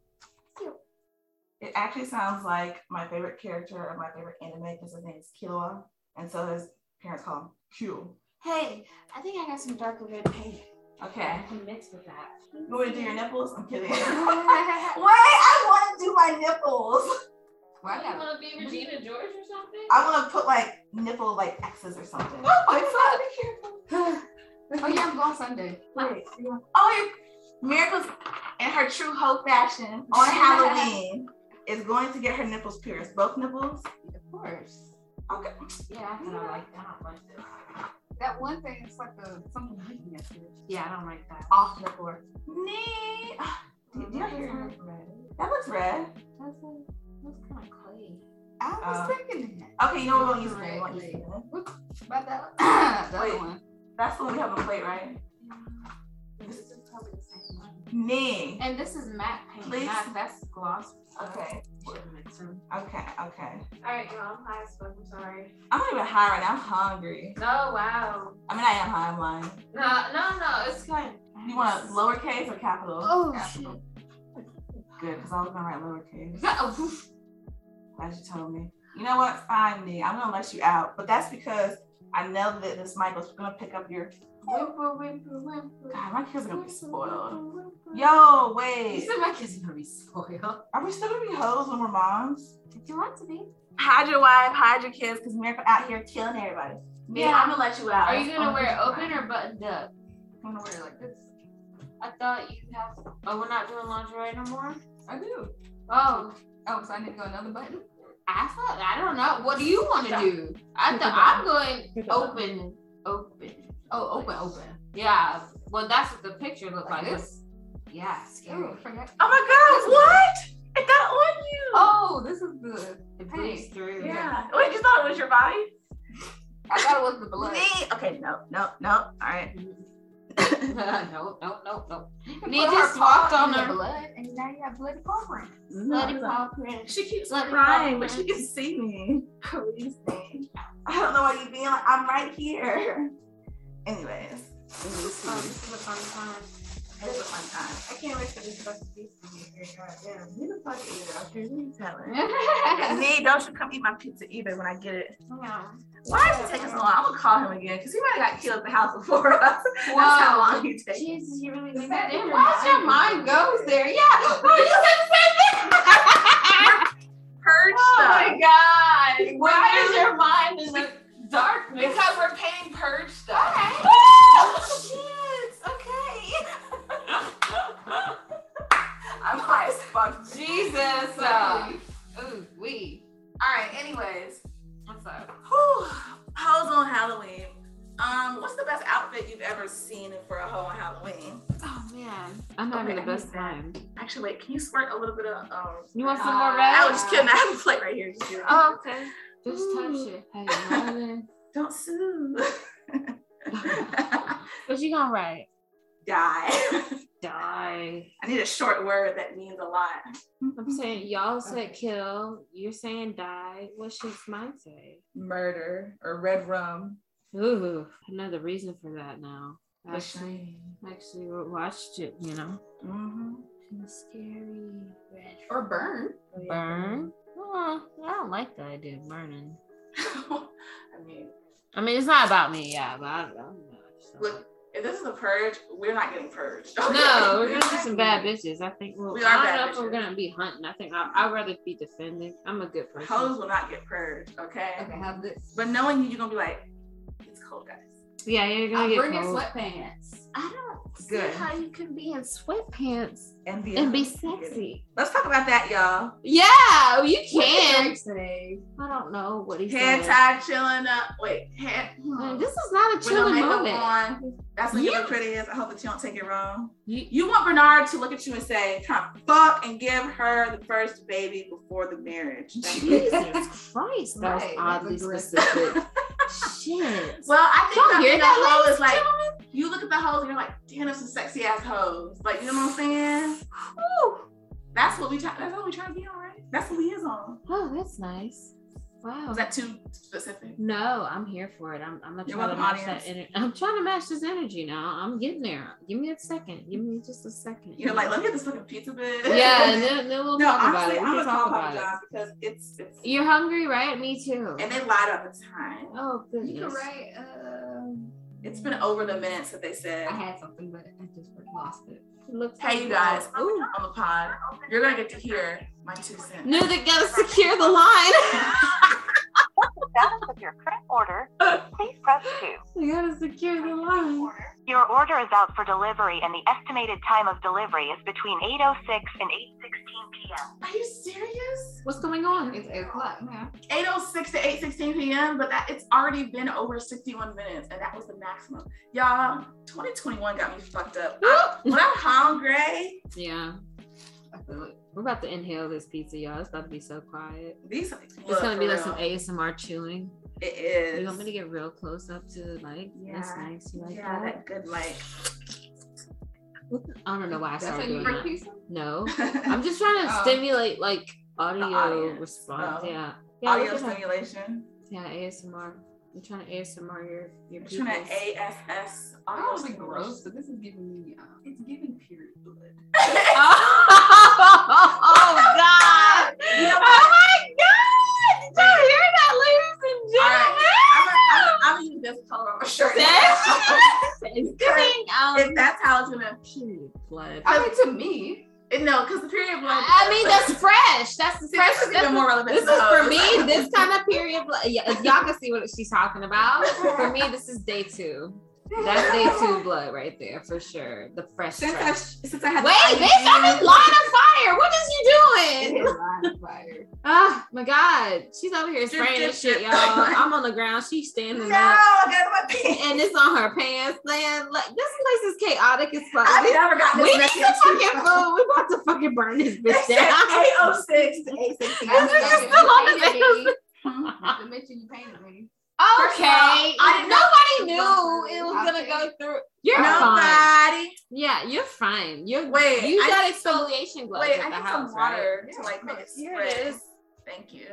S2: It actually sounds like my favorite character of my favorite anime because his name is Killua, and so his parents call him Q.
S3: Hey, I think I got some darker red paint.
S2: Okay.
S3: I can mix with that.
S2: You want to do your nipples? I'm kidding. Wait,
S3: Oh, you
S2: I want to do my nipples.
S4: Well, I got
S3: to be Regina George or something?
S2: I want to put like nipple like X's or something.
S3: Oh my
S4: Oh yeah, I'm going Sunday.
S2: Wait, oh, your miracles in her true hoe fashion on Halloween is going to get her nipples pierced. Both nipples.
S4: Of course.
S2: Okay.
S3: Yeah, I don't like that. I don't like this.
S4: That one thing is like a something hiding yesterday.
S3: Yeah, I don't like that.
S2: Off nipple. Knee. Did y'all hear her? That looks red.
S3: That's like, that's kind of clay.
S4: I was
S2: Uh,
S4: thinking that.
S2: Okay, you know we're gonna use it. We're gonna use it.
S4: About that, that
S2: Wait.
S4: one.
S2: That's the one we have on the plate, right?
S3: This is probably the same one.
S2: Knee.
S3: And this is matte paint.
S2: Please.
S3: Not, that's gloss.
S2: Okay.
S3: Should mix them.
S2: Okay. Okay.
S3: All right, y'all. I'm high as fuck. I'm sorry.
S2: I'm not even high right now. I'm hungry.
S3: No, Oh, wow.
S2: I mean, I am high. I'm lying.
S3: No, no, no. It's fine.
S2: You want a lowercase or capital?
S4: Oh,
S2: capital. Good, because I was gonna write lowercase. Glad you told me. You know what? Fine, me. I'm gonna let you out, but that's because I know that this mic was gonna pick up your. God, my kids are gonna be spoiled. Yo,
S3: You
S2: wait.
S3: said my kids are gonna be spoiled.
S2: Are we still gonna be hoes when we're moms?
S3: If you want to be.
S2: hide your wife, hide your kids, because America out here killing everybody. Man,
S3: Yeah.
S2: I'm gonna let you out.
S3: Are you gonna
S2: Oh,
S3: wear it
S2: fine.
S3: open or buttoned up?
S2: I'm gonna wear it like this.
S3: I thought you have. Oh, we're not doing lingerie no more.
S2: I do.
S3: Oh,
S2: Oh, so I need to go another button.
S3: I thought I don't know. What do you want to
S2: Stop.
S3: do? I
S2: Keep
S3: thought
S2: it
S3: I'm going
S2: Keep it
S3: open, open.
S2: Oh, open, open.
S3: Yeah. Well, that's what the picture looked
S2: Like
S3: like.
S2: this?
S3: Yeah, scary.
S4: Oh, I forgot.
S2: Oh my God! What? It got on you.
S4: Oh, this is good.
S3: It
S4: hey,
S3: bleeds through.
S2: yeah. Wait, you thought it was your body?
S4: I thought it was the blood.
S2: Me? Okay, no, no, no. All right.
S3: no, no, no, no.
S4: Put
S3: They
S4: her
S3: just
S4: paw
S3: walked on
S4: in
S3: her-
S4: the blood, and now you have bloody paw print.
S3: Bloody paw print.
S2: She keeps
S3: Let me
S2: crying,
S3: know.
S2: but she can see me. Please, babe. I don't know why you being like, I'm right here. Anyways,
S3: Oh, this is a fun time.
S2: it's a fun time. I can't wait for this bus to be here. Goddamn, who the fuck is it? Okay, who you telling? Me, don't you come eat my pizza either when I get it.
S3: Oh, Yeah.
S2: Why is it taking so long? I'm gonna call him again because he might have got killed at the house before us. That's how
S3: Wow.
S2: long he takes.
S3: Jesus, you really
S2: Is
S3: think
S2: that
S3: that
S2: different?
S3: Why's your mind goes there? Yeah.
S2: Oh,
S3: Well, you said the same thing.
S2: Purge stuff.
S3: God. Why
S2: Oh Why?
S3: is your mind in the darkness?
S2: Because we're paying purge stuff.
S3: Okay.
S2: Oh, I'm high as fuck.
S3: Jesus. Uh, ooh, we.
S2: All right. Anyways,
S3: What's up?
S2: whew, hoes on Halloween. Um, what's the best outfit you've ever seen for a hoe on Halloween?
S3: Oh man, I'm
S2: Okay,
S3: having the
S2: I
S3: best
S2: need that.
S3: time.
S2: Actually, wait. Can you squirt a little bit of? Um,
S3: You want
S2: Uh,
S3: some more
S2: I
S3: red?
S2: was just kidding. I have a plate right here. Just kidding.
S3: Oh, okay. Just
S2: Ooh.
S3: touch it. Hey, Marvin.
S2: Don't sue.
S3: what you gonna write?
S2: Die.
S3: Die.
S2: I need a short word that means a lot.
S3: I'm saying y'all said kill. You're saying die. What should mine say?
S2: Murder or red rum.
S3: Ooh, another reason for that now. Actually, actually watched it. You know,
S2: Mm-hmm.
S3: scary. Red.
S4: Or burn.
S3: Burn. Oh, I don't like the idea of burning.
S2: I mean,
S3: I mean, it's not about me, yeah, but I, I don't know. I just don't
S2: Look,
S3: like-
S2: if this is a purge, we're not getting purged.
S3: No, we're gonna be some bad bitches. I think we'll,
S2: We are
S3: I don't
S2: bad
S3: know if we're
S2: bitches.
S3: gonna be hunting. I think I, I'd rather be defending. I'm a good person.
S2: Hoes will not get purged, okay?
S4: Okay, how's this?
S2: But knowing you, you're gonna be like, it's cold, guys.
S3: Yeah, you're gonna
S4: I'm
S3: get
S4: bringing
S3: cold.
S4: sweatpants.
S3: I don't
S2: Good.
S3: see how you can be in sweatpants
S2: And be,
S3: and be sexy.
S2: Let's talk about that, y'all.
S3: Yeah, you can.
S4: What today?
S3: I don't know what he
S2: Hand
S3: said.
S2: tied, chilling up. Wait, hmm. hand.
S3: Man, This is not a
S2: With no
S3: chilling
S2: makeup
S3: moment.
S2: on. That's when you
S3: You-
S2: look pretty as. I hope that you don't take it wrong.
S3: You-
S2: You want Bernard to look at you and say, "Come fuck and give her the first baby before the marriage." That's it.
S3: Jesus Christ, that was
S4: Right, that's
S3: oddly
S4: aggressive.
S3: specific. Shit.
S2: well, I think
S3: Y'all
S2: that
S3: hear
S2: being a hoe
S3: that,
S2: is like you look at the hoes and you're like, damn, there's some sexy ass hoes. Like, you know what I'm saying? Woo. That's what we try. That's what we try to be on, right? That's what we is on.
S3: Oh, that's nice. Wow.
S2: Was that too specific?
S3: no, I'm here for it. I'm, I'm not
S2: You're
S3: trying to
S2: welcome,
S3: match
S2: audience.
S3: that energy. I'm trying to match this energy now. I'm getting there. Give me a second. Give me just a second.
S2: You're like, let me get this fucking pizza bit.
S3: yeah, and then, then we'll
S2: no,
S3: talk
S2: honestly, I'm
S3: about it.
S2: gonna
S3: We can talk
S2: call
S3: about
S2: Papa
S3: it.
S2: John's because it's it's
S3: You're hungry, right? Me too.
S2: and they lied all the time.
S3: oh goodness.
S4: You can write.
S3: um,
S4: Uh,
S2: It's been over the minutes that they said.
S4: I had something, but I just lost it.
S3: Looks
S2: Hey, you guys, on the pod, you're gonna get to hear my two cents.
S3: No, they gotta secure the line.
S6: status of your current order, please press 2.
S3: they gotta secure the line.
S6: Your order is out for delivery and the estimated time of delivery is between 8.06 and 8.16 p.m.
S2: Are you serious?
S3: What's going on?
S4: It's eight o'clock now.
S2: 8.06 to 8.16 p.m., but that it's already been over 61 minutes, and that was the maximum. Y'all, 2021 got me fucked up. I- when I'm hungry,
S3: Yeah,
S4: I feel it.
S3: we're about to inhale this pizza, y'all. It's about to be so quiet.
S2: these look,
S3: It's gonna be
S2: for
S3: like some
S2: real.
S3: ASMR chewing.
S2: It is.
S3: You want me to get real close up to the mic? That's
S2: Yeah.
S3: nice. You like
S2: yeah, that
S3: that?
S2: good like.
S3: I don't know why I
S4: That's how
S3: started
S4: you
S3: doing
S4: bring
S3: that.
S4: pizza.
S3: No, I'm just trying to
S4: Oh.
S3: stimulate like audio
S2: audience.
S3: response.
S2: Oh.
S3: Yeah, yeah, look
S2: Audio
S3: at that.
S2: stimulation.
S3: yeah. ASMR. I'm trying to ASMR your your
S2: I'm trying
S3: peoples.
S2: to ASS
S4: I
S2: audio
S4: don't think gross,
S2: stimulation.
S4: but this is giving me. Uh, it's giving pure blood.
S3: Oh, God! Oh my God! Did y'all hear that, ladies and
S2: All right, I'm gonna use this color on my shirt.
S3: gentlemen? It's giving, um,
S2: if that's how it's gonna
S3: period blood.
S4: I mean, to me,
S2: No, because the period blood.
S3: I mean, that's fresh. That's
S2: See,
S3: fresh.
S2: this is
S3: That's-
S2: even more relevant.
S3: This
S2: to
S3: is for
S2: those.
S3: me. This kind of period, blo- yeah, if y'all can see what she's talking about. For me, this is day two. That's day two blood right there for sure. The fresh.
S4: Since I
S3: fresh.
S4: since I
S3: Wait,
S4: had
S3: bitch! I'm in line of fire. What is you doing?
S4: fire.
S3: Oh my god, she's over here
S2: Drip,
S3: spraying
S2: drip,
S3: this shit,
S2: drip.
S3: y'all. I'm on the ground. She's standing
S2: No,
S3: up.
S2: I got my pants.
S3: And it's on her pants, man. Like this place is chaotic as fuck.
S2: I've
S3: We-
S2: never gotten
S3: We
S2: this
S3: need
S2: message.
S3: some fucking food. We about to fucking burn this
S2: They
S3: bitch
S2: said
S3: down.
S2: 806
S3: This is just the longest-
S4: The mention you painted me.
S2: First of all,
S3: Okay.
S2: I didn't know-
S3: Nobody knew it was gonna
S4: Okay.
S3: go through. You're fine.
S2: Nobody.
S3: Yeah, you're fine. You're
S2: Wait,
S3: You
S2: I
S3: got
S2: need some-
S3: exfoliation gloves
S2: Wait,
S3: at
S2: I
S3: the
S2: need
S3: house,
S2: some water
S3: right?
S2: to like make it
S3: Here it
S2: spread.
S3: is.
S2: Thank you.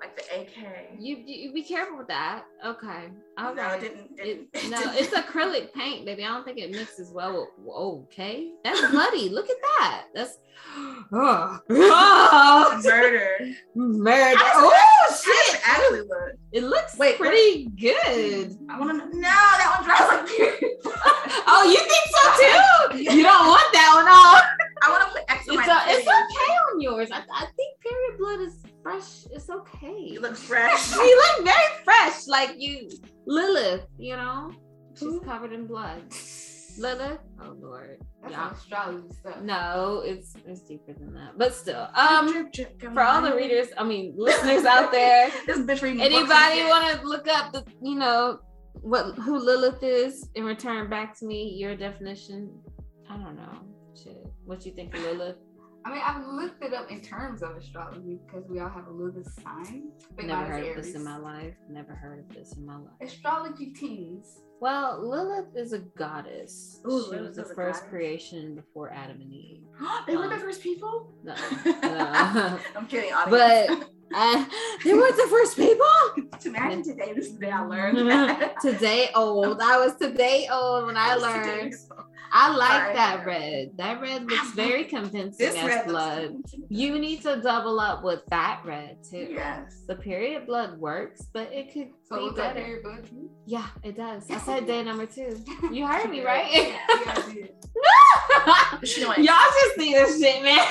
S2: Like the AK.
S3: You, you be careful with that. Okay. All right.
S2: No, it didn't. didn't.
S3: It- no, it's acrylic paint, baby. I don't think it mixes well. With, okay, that's muddy. Look at that. That's oh, oh
S2: murder.
S3: murder.
S2: I
S3: Oh
S2: How does
S3: shit!
S2: it actually look?
S3: It looks
S2: Wait,
S3: pretty good.
S2: I want to know. No, that one dries like period.
S3: Oh, you think so too? You don't want that
S2: I want to put X
S3: one
S2: on
S3: on. It's,
S2: my
S3: a, it's
S2: period.
S3: okay on yours. I, I think period blood is fresh. It's okay.
S2: You
S3: You
S2: look fresh.
S3: look very fresh, like you Lilith. You know, she's
S4: Who?
S3: covered in blood. Lilith. Oh lord.
S4: That's
S3: Yeah.
S4: astrology stuff.
S3: No, it's it's deeper than that. But still, um,
S2: Drip, drip, come
S3: for all
S2: on.
S3: the readers, I mean listeners out there,
S2: This bitch reading books and
S3: anybody
S2: shit.
S3: want to look up the, you know, what who Lilith is and return back to me your definition. I don't know. Shit, what you think of Lilith?
S4: I mean, I've looked it up in terms of astrology because we all have a little sign. but
S3: Never
S4: mine is
S3: heard of
S4: Aries.
S3: this in my life. Never heard of this in my life.
S4: Astrology teens.
S3: Well, Lilith is a goddess.
S2: Ooh,
S3: she
S2: Lilith
S3: was the
S2: is a
S3: first
S2: goddess.
S3: creation before Adam and Eve. Um,
S2: they were the first people.
S3: No, no.
S2: I'm kidding, audience.
S3: but uh, they weren't the first people.
S2: But imagine today, this is the day I learned. that.
S3: today old. I was today old when I
S2: This is today.
S3: learned. I like
S2: Sorry.
S3: that red. That red looks very convincing
S2: This
S3: as
S2: red
S3: blood.
S2: looks-
S3: you need to double up with that red too.
S2: Yes.
S3: The period blood works, but it could
S4: So
S3: be
S4: what's up
S3: better.
S4: there, bud?
S3: Yeah, it does. I said day number two. You
S4: Yeah,
S3: heard me, right?
S4: yeah, I did.
S2: She went,
S3: Y'all just see this shit, man.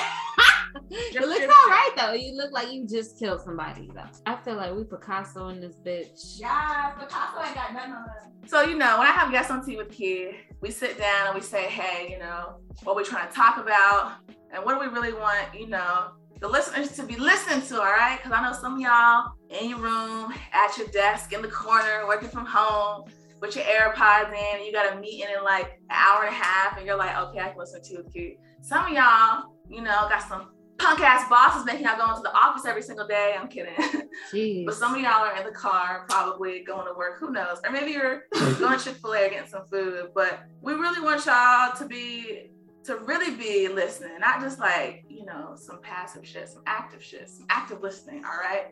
S3: it
S2: Just
S3: looks
S2: give
S3: all right though. You look like you just killed somebody though. I feel like we Picasso in this bitch.
S2: Yes, Picasso ain't got nothing on us. So you know, when I have guests on tea with kid, we sit down and we say, hey, you know, what we trying to talk about, and what do we really want, you know, the listeners to be listened to, all right? Because I know some of y'all in your room, at your desk, in the corner, working from home. With your AirPods in, and you got a meeting in like an hour and a half, and you're like, okay, I can listen to it cute. Some of y'all, you know, got some punk ass bosses making y'all go into the office every single day. I'm kidding.
S3: Jeez.
S2: But some of y'all are in the car, probably going to work. Who knows? Or maybe you're going to Chick Fil A getting some food. But we really want y'all to be to really be listening, not just like you know some passive shit, some active shit, some active listening. All right,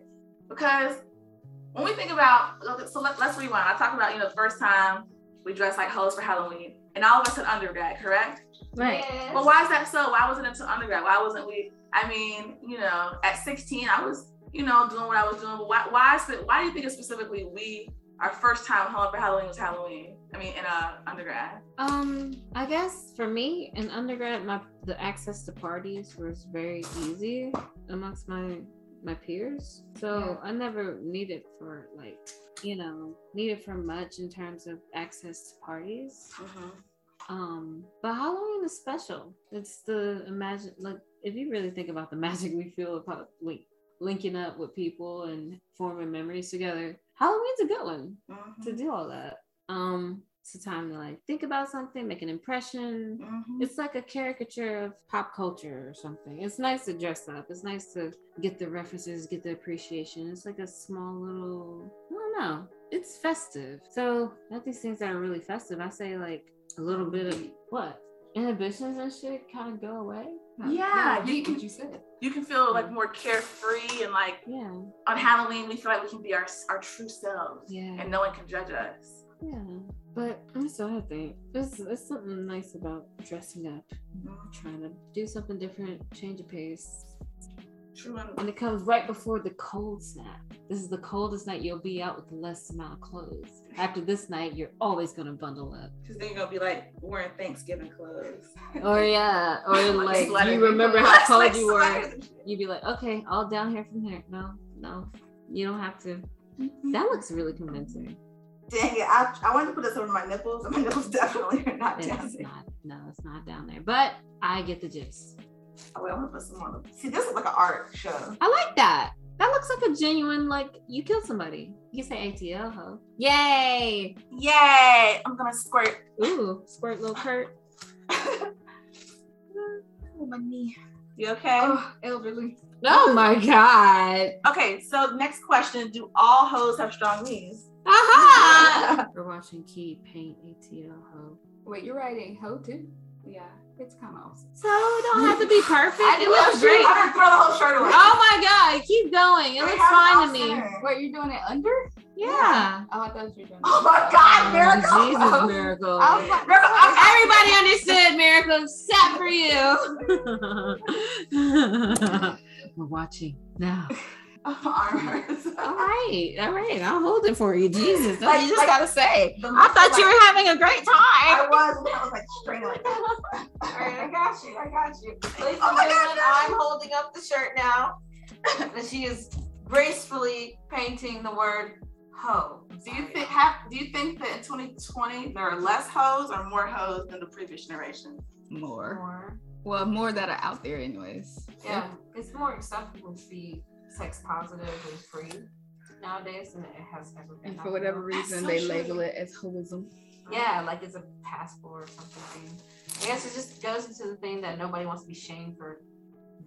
S2: because when we think about okay, so let, let's rewind. I talked about you know the first time we dressed like hoes for Halloween, and all of us in undergrad, correct?
S3: right.
S4: Yes.
S2: But why is that so? Why wasn't it until undergrad? Why wasn't we? I mean, you know, at 16, I was, you know, doing what I was doing. But why? Why is it? Why do you think it's specifically we? Our first time home for Halloween was Halloween. I mean, in uh, undergrad.
S3: Um, I guess for me in undergrad, my the access to parties was very easy amongst my my peers. So I never needed for like you know needed for much in terms of access to parties.
S2: Mm-hmm.
S3: Um, but Halloween is special. It's the imagine like if you really think about the magic we feel about like linking up with people and forming memories together. Halloween's a good one
S2: Mhm.
S3: to do all that. Um, it's a time to like think about something, make an impression.
S2: Mhm.
S3: It's like a caricature of pop culture or something. It's nice to dress up. It's nice to get the references, get the appreciation. It's like a small little, I don't know. It's festive. So not these things that are really festive. I say like a little bit of what inhibitions and shit kind of go away.
S4: No,
S2: Yeah,
S4: no,
S2: you
S4: read
S2: can-
S4: what you said.
S2: You can feel like more carefree and like
S3: Yeah,
S2: on Halloween, we feel like we can be our our true selves,
S3: yeah,
S2: and no one can judge us.
S3: yeah. But that's what I think. There's, there's something nice about dressing up.
S2: Mhm.
S3: trying to do something different, change of pace.
S2: True.
S5: and it comes right before the cold snap. This is the coldest night you'll be out with the least amount of clothes. After this night, you're always gonna bundle up.
S2: Because then you're gonna be like wearing Thanksgiving clothes.
S5: Or yeah, or like
S2: sweater.
S5: you remember how cold you were.
S2: Sweater.
S5: You'd be like, okay, all down here from here. No, no, you don't have to.
S2: Mm-hmm.
S5: That looks really convincing.
S2: Dang it! I, I wanted to put this over my nipples, and my nipples definitely are not
S5: And It's
S2: dancing.
S5: not. No, it's not down there. But I get the gist.
S2: Oh, wait, I'm gonna put some on. the- See, this is like an art show.
S5: I like that. That looks like a genuine like you killed somebody. You can say ATL ho. Yay!
S2: Yay! I'm gonna squirt.
S5: Ooh, squirt little Kurt.
S2: oh, my knee. You okay?
S4: Oh, elderly.
S5: Oh my god.
S2: Okay, so next question: Do all hoes have strong knees?
S5: Aha! We're watching Key paint ATL ho.
S4: Wait, you're writing hoe too? Yeah, it's kind of awesome.
S5: So it don't have to be perfect.
S2: I
S5: it looks great.
S2: I'm gonna throw the whole shirt away.
S5: Oh my god, keep going.
S2: We
S5: It looks
S2: have
S5: fine to
S2: all
S5: me.
S2: center.
S4: Wait, you're doing it under?
S5: Yeah.
S4: Oh, I thought you were doing.
S2: Oh my God, miracle!
S5: Jesus miracle. Oh.
S4: I was like,
S2: Miracle, I'm
S5: Everybody understood miracle except for you. We're watching now.
S2: Of armors.
S5: All right, all right. I'll hold it for you. Jesus, that's
S2: Like-
S5: what you just
S2: like-
S5: gotta say.
S2: The
S5: I thought you
S2: like-
S5: were having a great time.
S2: I was, but I was like straight like that. All right, I got you. I got you.
S7: oh
S2: Oh my God,
S7: I'm holding up the shirt now. and she is gracefully painting the word ho.
S2: Do you think have do you think that in 2020 there are less hoes or more hoes than the previous generation?
S4: more.
S7: Or,
S4: Well, more that are out there, anyways.
S7: yeah, it's more acceptable to be sex positive and free nowadays than it has ever been.
S4: And for whatever reason, they label it as hoism.
S7: Yeah, like it's a passport or something. I guess it just goes into the thing that nobody wants to be shamed for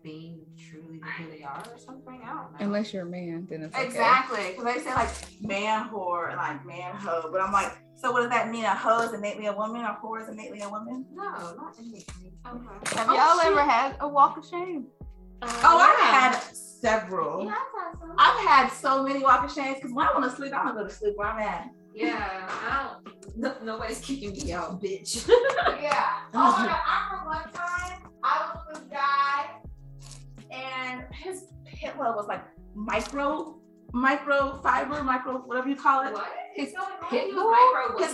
S7: being truly who they are or something. I don't know.
S4: Unless you're a man, then it's okay.
S2: Exactly, because they say like man whore and like man hoe, but I'm like, so what does that mean? A hoe is innately a woman, a whore is innately a woman?
S7: no, not anything. Okay.
S4: Have y'all ever had a walk of shame?
S2: Oh, I've had several.
S7: Yeah, I've had some.
S2: I've had so many walk of shames because when I want to sleep, I want to go to sleep where I'm at.
S7: Yeah, I don't. n- nobody's kicking me out, bitch.
S2: Yeah. Oh my God, I remember one time I was with this guy and his pillow was like micro microfiber, micro whatever you call it.
S7: what?
S4: His
S7: His going
S4: pit
S7: pit
S4: bull?
S7: Micro
S2: His
S7: was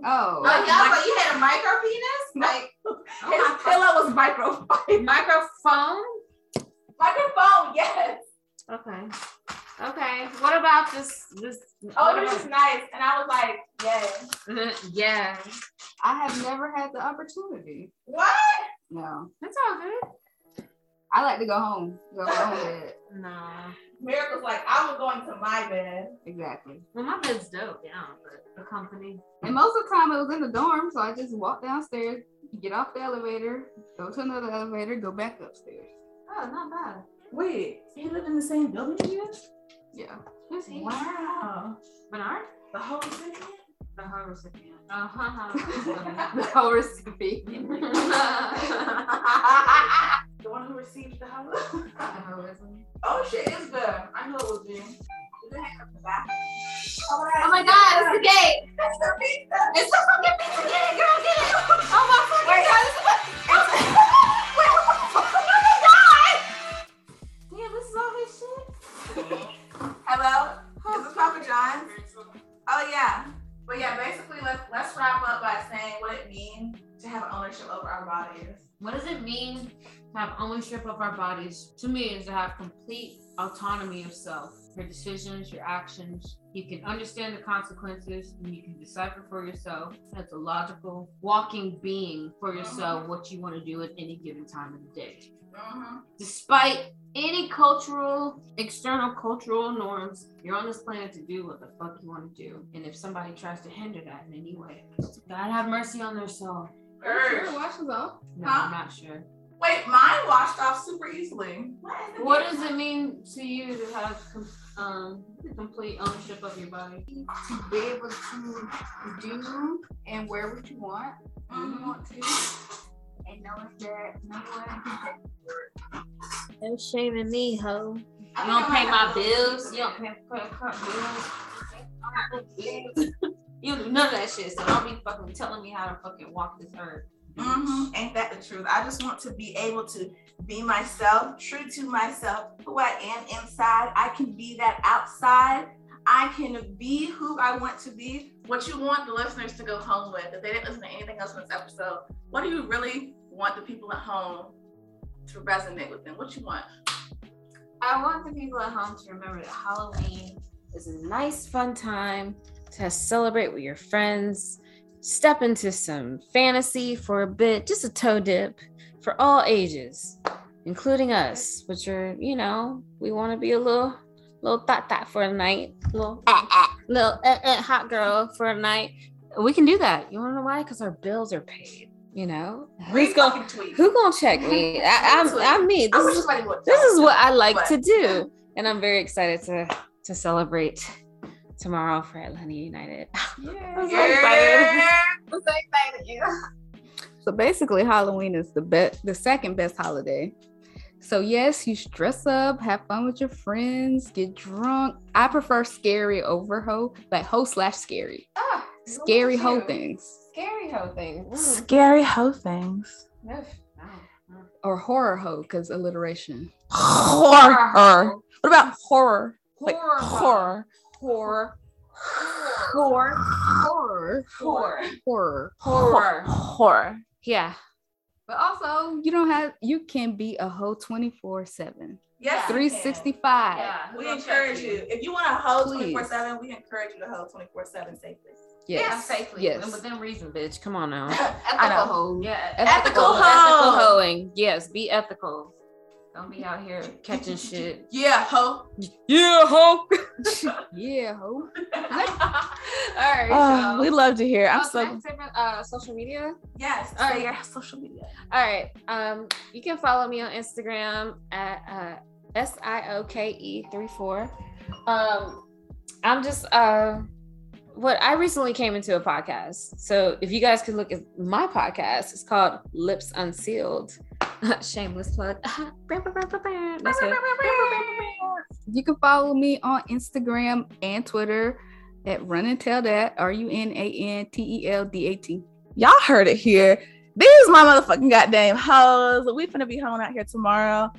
S4: Oh,
S7: Oh, yeah, but you had a micro penis? Like,
S2: His pillow was microfiber.
S5: Microphone?
S2: Microphone, yes.
S5: Okay. Okay. What about this this
S2: Oh, it was just nice. And I was like, yes.
S5: Yeah.
S4: I have never had the opportunity.
S2: What?
S4: No,
S5: That's all good.
S4: I like to go home. Go home bed.
S5: Nah.
S2: Miracle's like, I was going to my bed.
S4: Exactly.
S5: Well my bed's dope, yeah, but the company.
S4: And most of the time, it was in the dorm, so I just walk downstairs, get off the elevator, go to another elevator, go back upstairs.
S7: oh, not bad.
S2: Wait, he lived in the same building as you?
S4: Yeah.
S5: Who's he?
S2: Wow.
S5: Bernard?
S2: The whole city?
S5: The whole recipient. Uh-huh.
S4: the whole recipe.
S2: The one who received the hoe?
S7: Hoism.
S2: oh shit, it's there. I know it was you. Did it hang up the back? Oh,
S7: Oh my god, it's the gate!
S2: That's the pizza.
S7: It's the fucking pizza gate! Girl, get it! Oh my fucking
S2: Wait.
S7: god, it's the fucking Oh Damn, this is all his shit?
S2: Hello? Is this Papa John's? Oh yeah. But yeah, basically let's let's wrap up by saying what it means to have ownership over our bodies.
S5: What does it mean to have ownership of our bodies? To me, is to have complete autonomy of self, your decisions, your actions. You can understand the consequences and you can decipher for yourself as a logical walking being for yourself what you want to do at any given time of the day. Uh-huh.
S2: Mm-hmm.
S5: Despite any cultural, external cultural norms, you're on this planet to do what the fuck you want to do. And if somebody tries to hinder that in any way, God have mercy on their soul.
S4: Sure, wash us off.
S5: No,
S2: Huh?
S5: I'm not sure.
S2: Wait, mine washed off super easily.
S5: What does it mean to you to have com- um, complete ownership of your body?
S4: To be able to do and wear what you want, when you
S2: Mhm.
S4: want to, and knowing that no one
S5: No shaming me,
S2: I
S5: ho. You
S2: think
S5: don't
S2: I
S5: pay
S2: might
S5: my
S2: have-
S5: bills. You don't pay credit card bills. You don't do none of that shit. So don't be fucking telling me how to fucking walk this earth.
S2: hmm Ain't that the truth? I just want to be able to be myself, true to myself, who I am inside. I can be that outside. I can be who I want to be. What you want the listeners to go home with, if they didn't listen to anything else in this episode, what do you really want the people at home to resonate with them? What you want?
S7: I want the people at home to remember that Halloween
S3: It's a nice, fun time to celebrate with your friends, step into some fantasy for a bit, just a toe dip for all ages, including us, which are, you know, we want to be a little, little thot thot for a night, little, ah, ah, little eh, eh, hot girl for a night. We can do that. You want to know why? Because our bills are paid. You know, who's
S2: Read
S3: gonna
S2: fucking tweets.
S3: who gonna check me? I, I'm I'm me.
S2: I
S3: This
S2: wish
S3: is-
S2: somebody would.
S3: this is what I like
S2: But-
S3: to do, and I'm very excited to to celebrate tomorrow for Atlanta United.
S4: Oh,
S3: I'm so excited.
S4: So basically, Halloween is the best, the second best holiday. So yes, you should dress up, have fun with your friends, get drunk. I prefer scary over ho, like ho slash scary,
S7: ah,
S4: scary
S7: whole
S4: ho things
S7: Scary whole thing. Mm.
S1: Scary hoe things.
S7: Oof. oh.
S4: or horror ho because alliteration.
S1: Horror. What about horror? Like
S7: Horror.
S1: horror.
S4: Horror,
S7: Horror.
S4: horror,
S7: Horror.
S4: horror.
S7: Horror.
S1: Horror.
S3: Yeah,
S4: But also, you don't have you can be a hoe 24 7,
S2: Yes, you can.
S4: 365.
S7: Yeah. who
S2: We
S7: gonna check
S2: encourage you. If you want to hold
S4: Please.
S2: 24 7, we encourage you to hold 24 7 safely.
S7: Yeah,
S4: Yes,
S7: safely.
S4: yes.
S3: within reason, bitch. Come on now.
S1: know.
S7: Ethical hoe. Yeah.
S2: Ethical hoe.
S3: ethical hoeing. Yes, be ethical.
S7: Don't be out here.
S3: Catching shit.
S2: Yeah, ho.
S3: Yeah, ho.
S4: yeah, ho.
S3: alright
S1: Oh, we love to hear. I'm so.
S3: uh, social media.
S2: Yes.
S3: All
S2: say
S3: right.
S2: your social media.
S3: All right. Um, you can follow me on Instagram at uh, s i o k e three four. Um, I'm just uh, what I recently came into a podcast. So if you guys could look at my podcast, it's called Lips Unsealed. Shameless plug. That's it.
S4: You can follow me on Instagram and Twitter at Run and Tell That, R U N A N T E L D A T.
S1: Y'all heard it here. These my motherfucking goddamn hoes. We finna be hoeing out here tomorrow.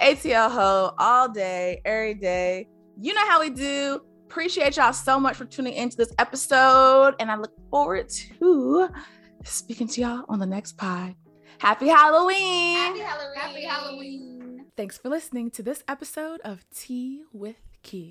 S1: ATL hoe all day, every day. You know how we do. Appreciate y'all so much for tuning into this episode, and I look forward to speaking to y'all on the next pod. Happy Halloween!
S7: Halloween. Happy Halloween.
S1: Thanks for listening to this episode of Tea with Key.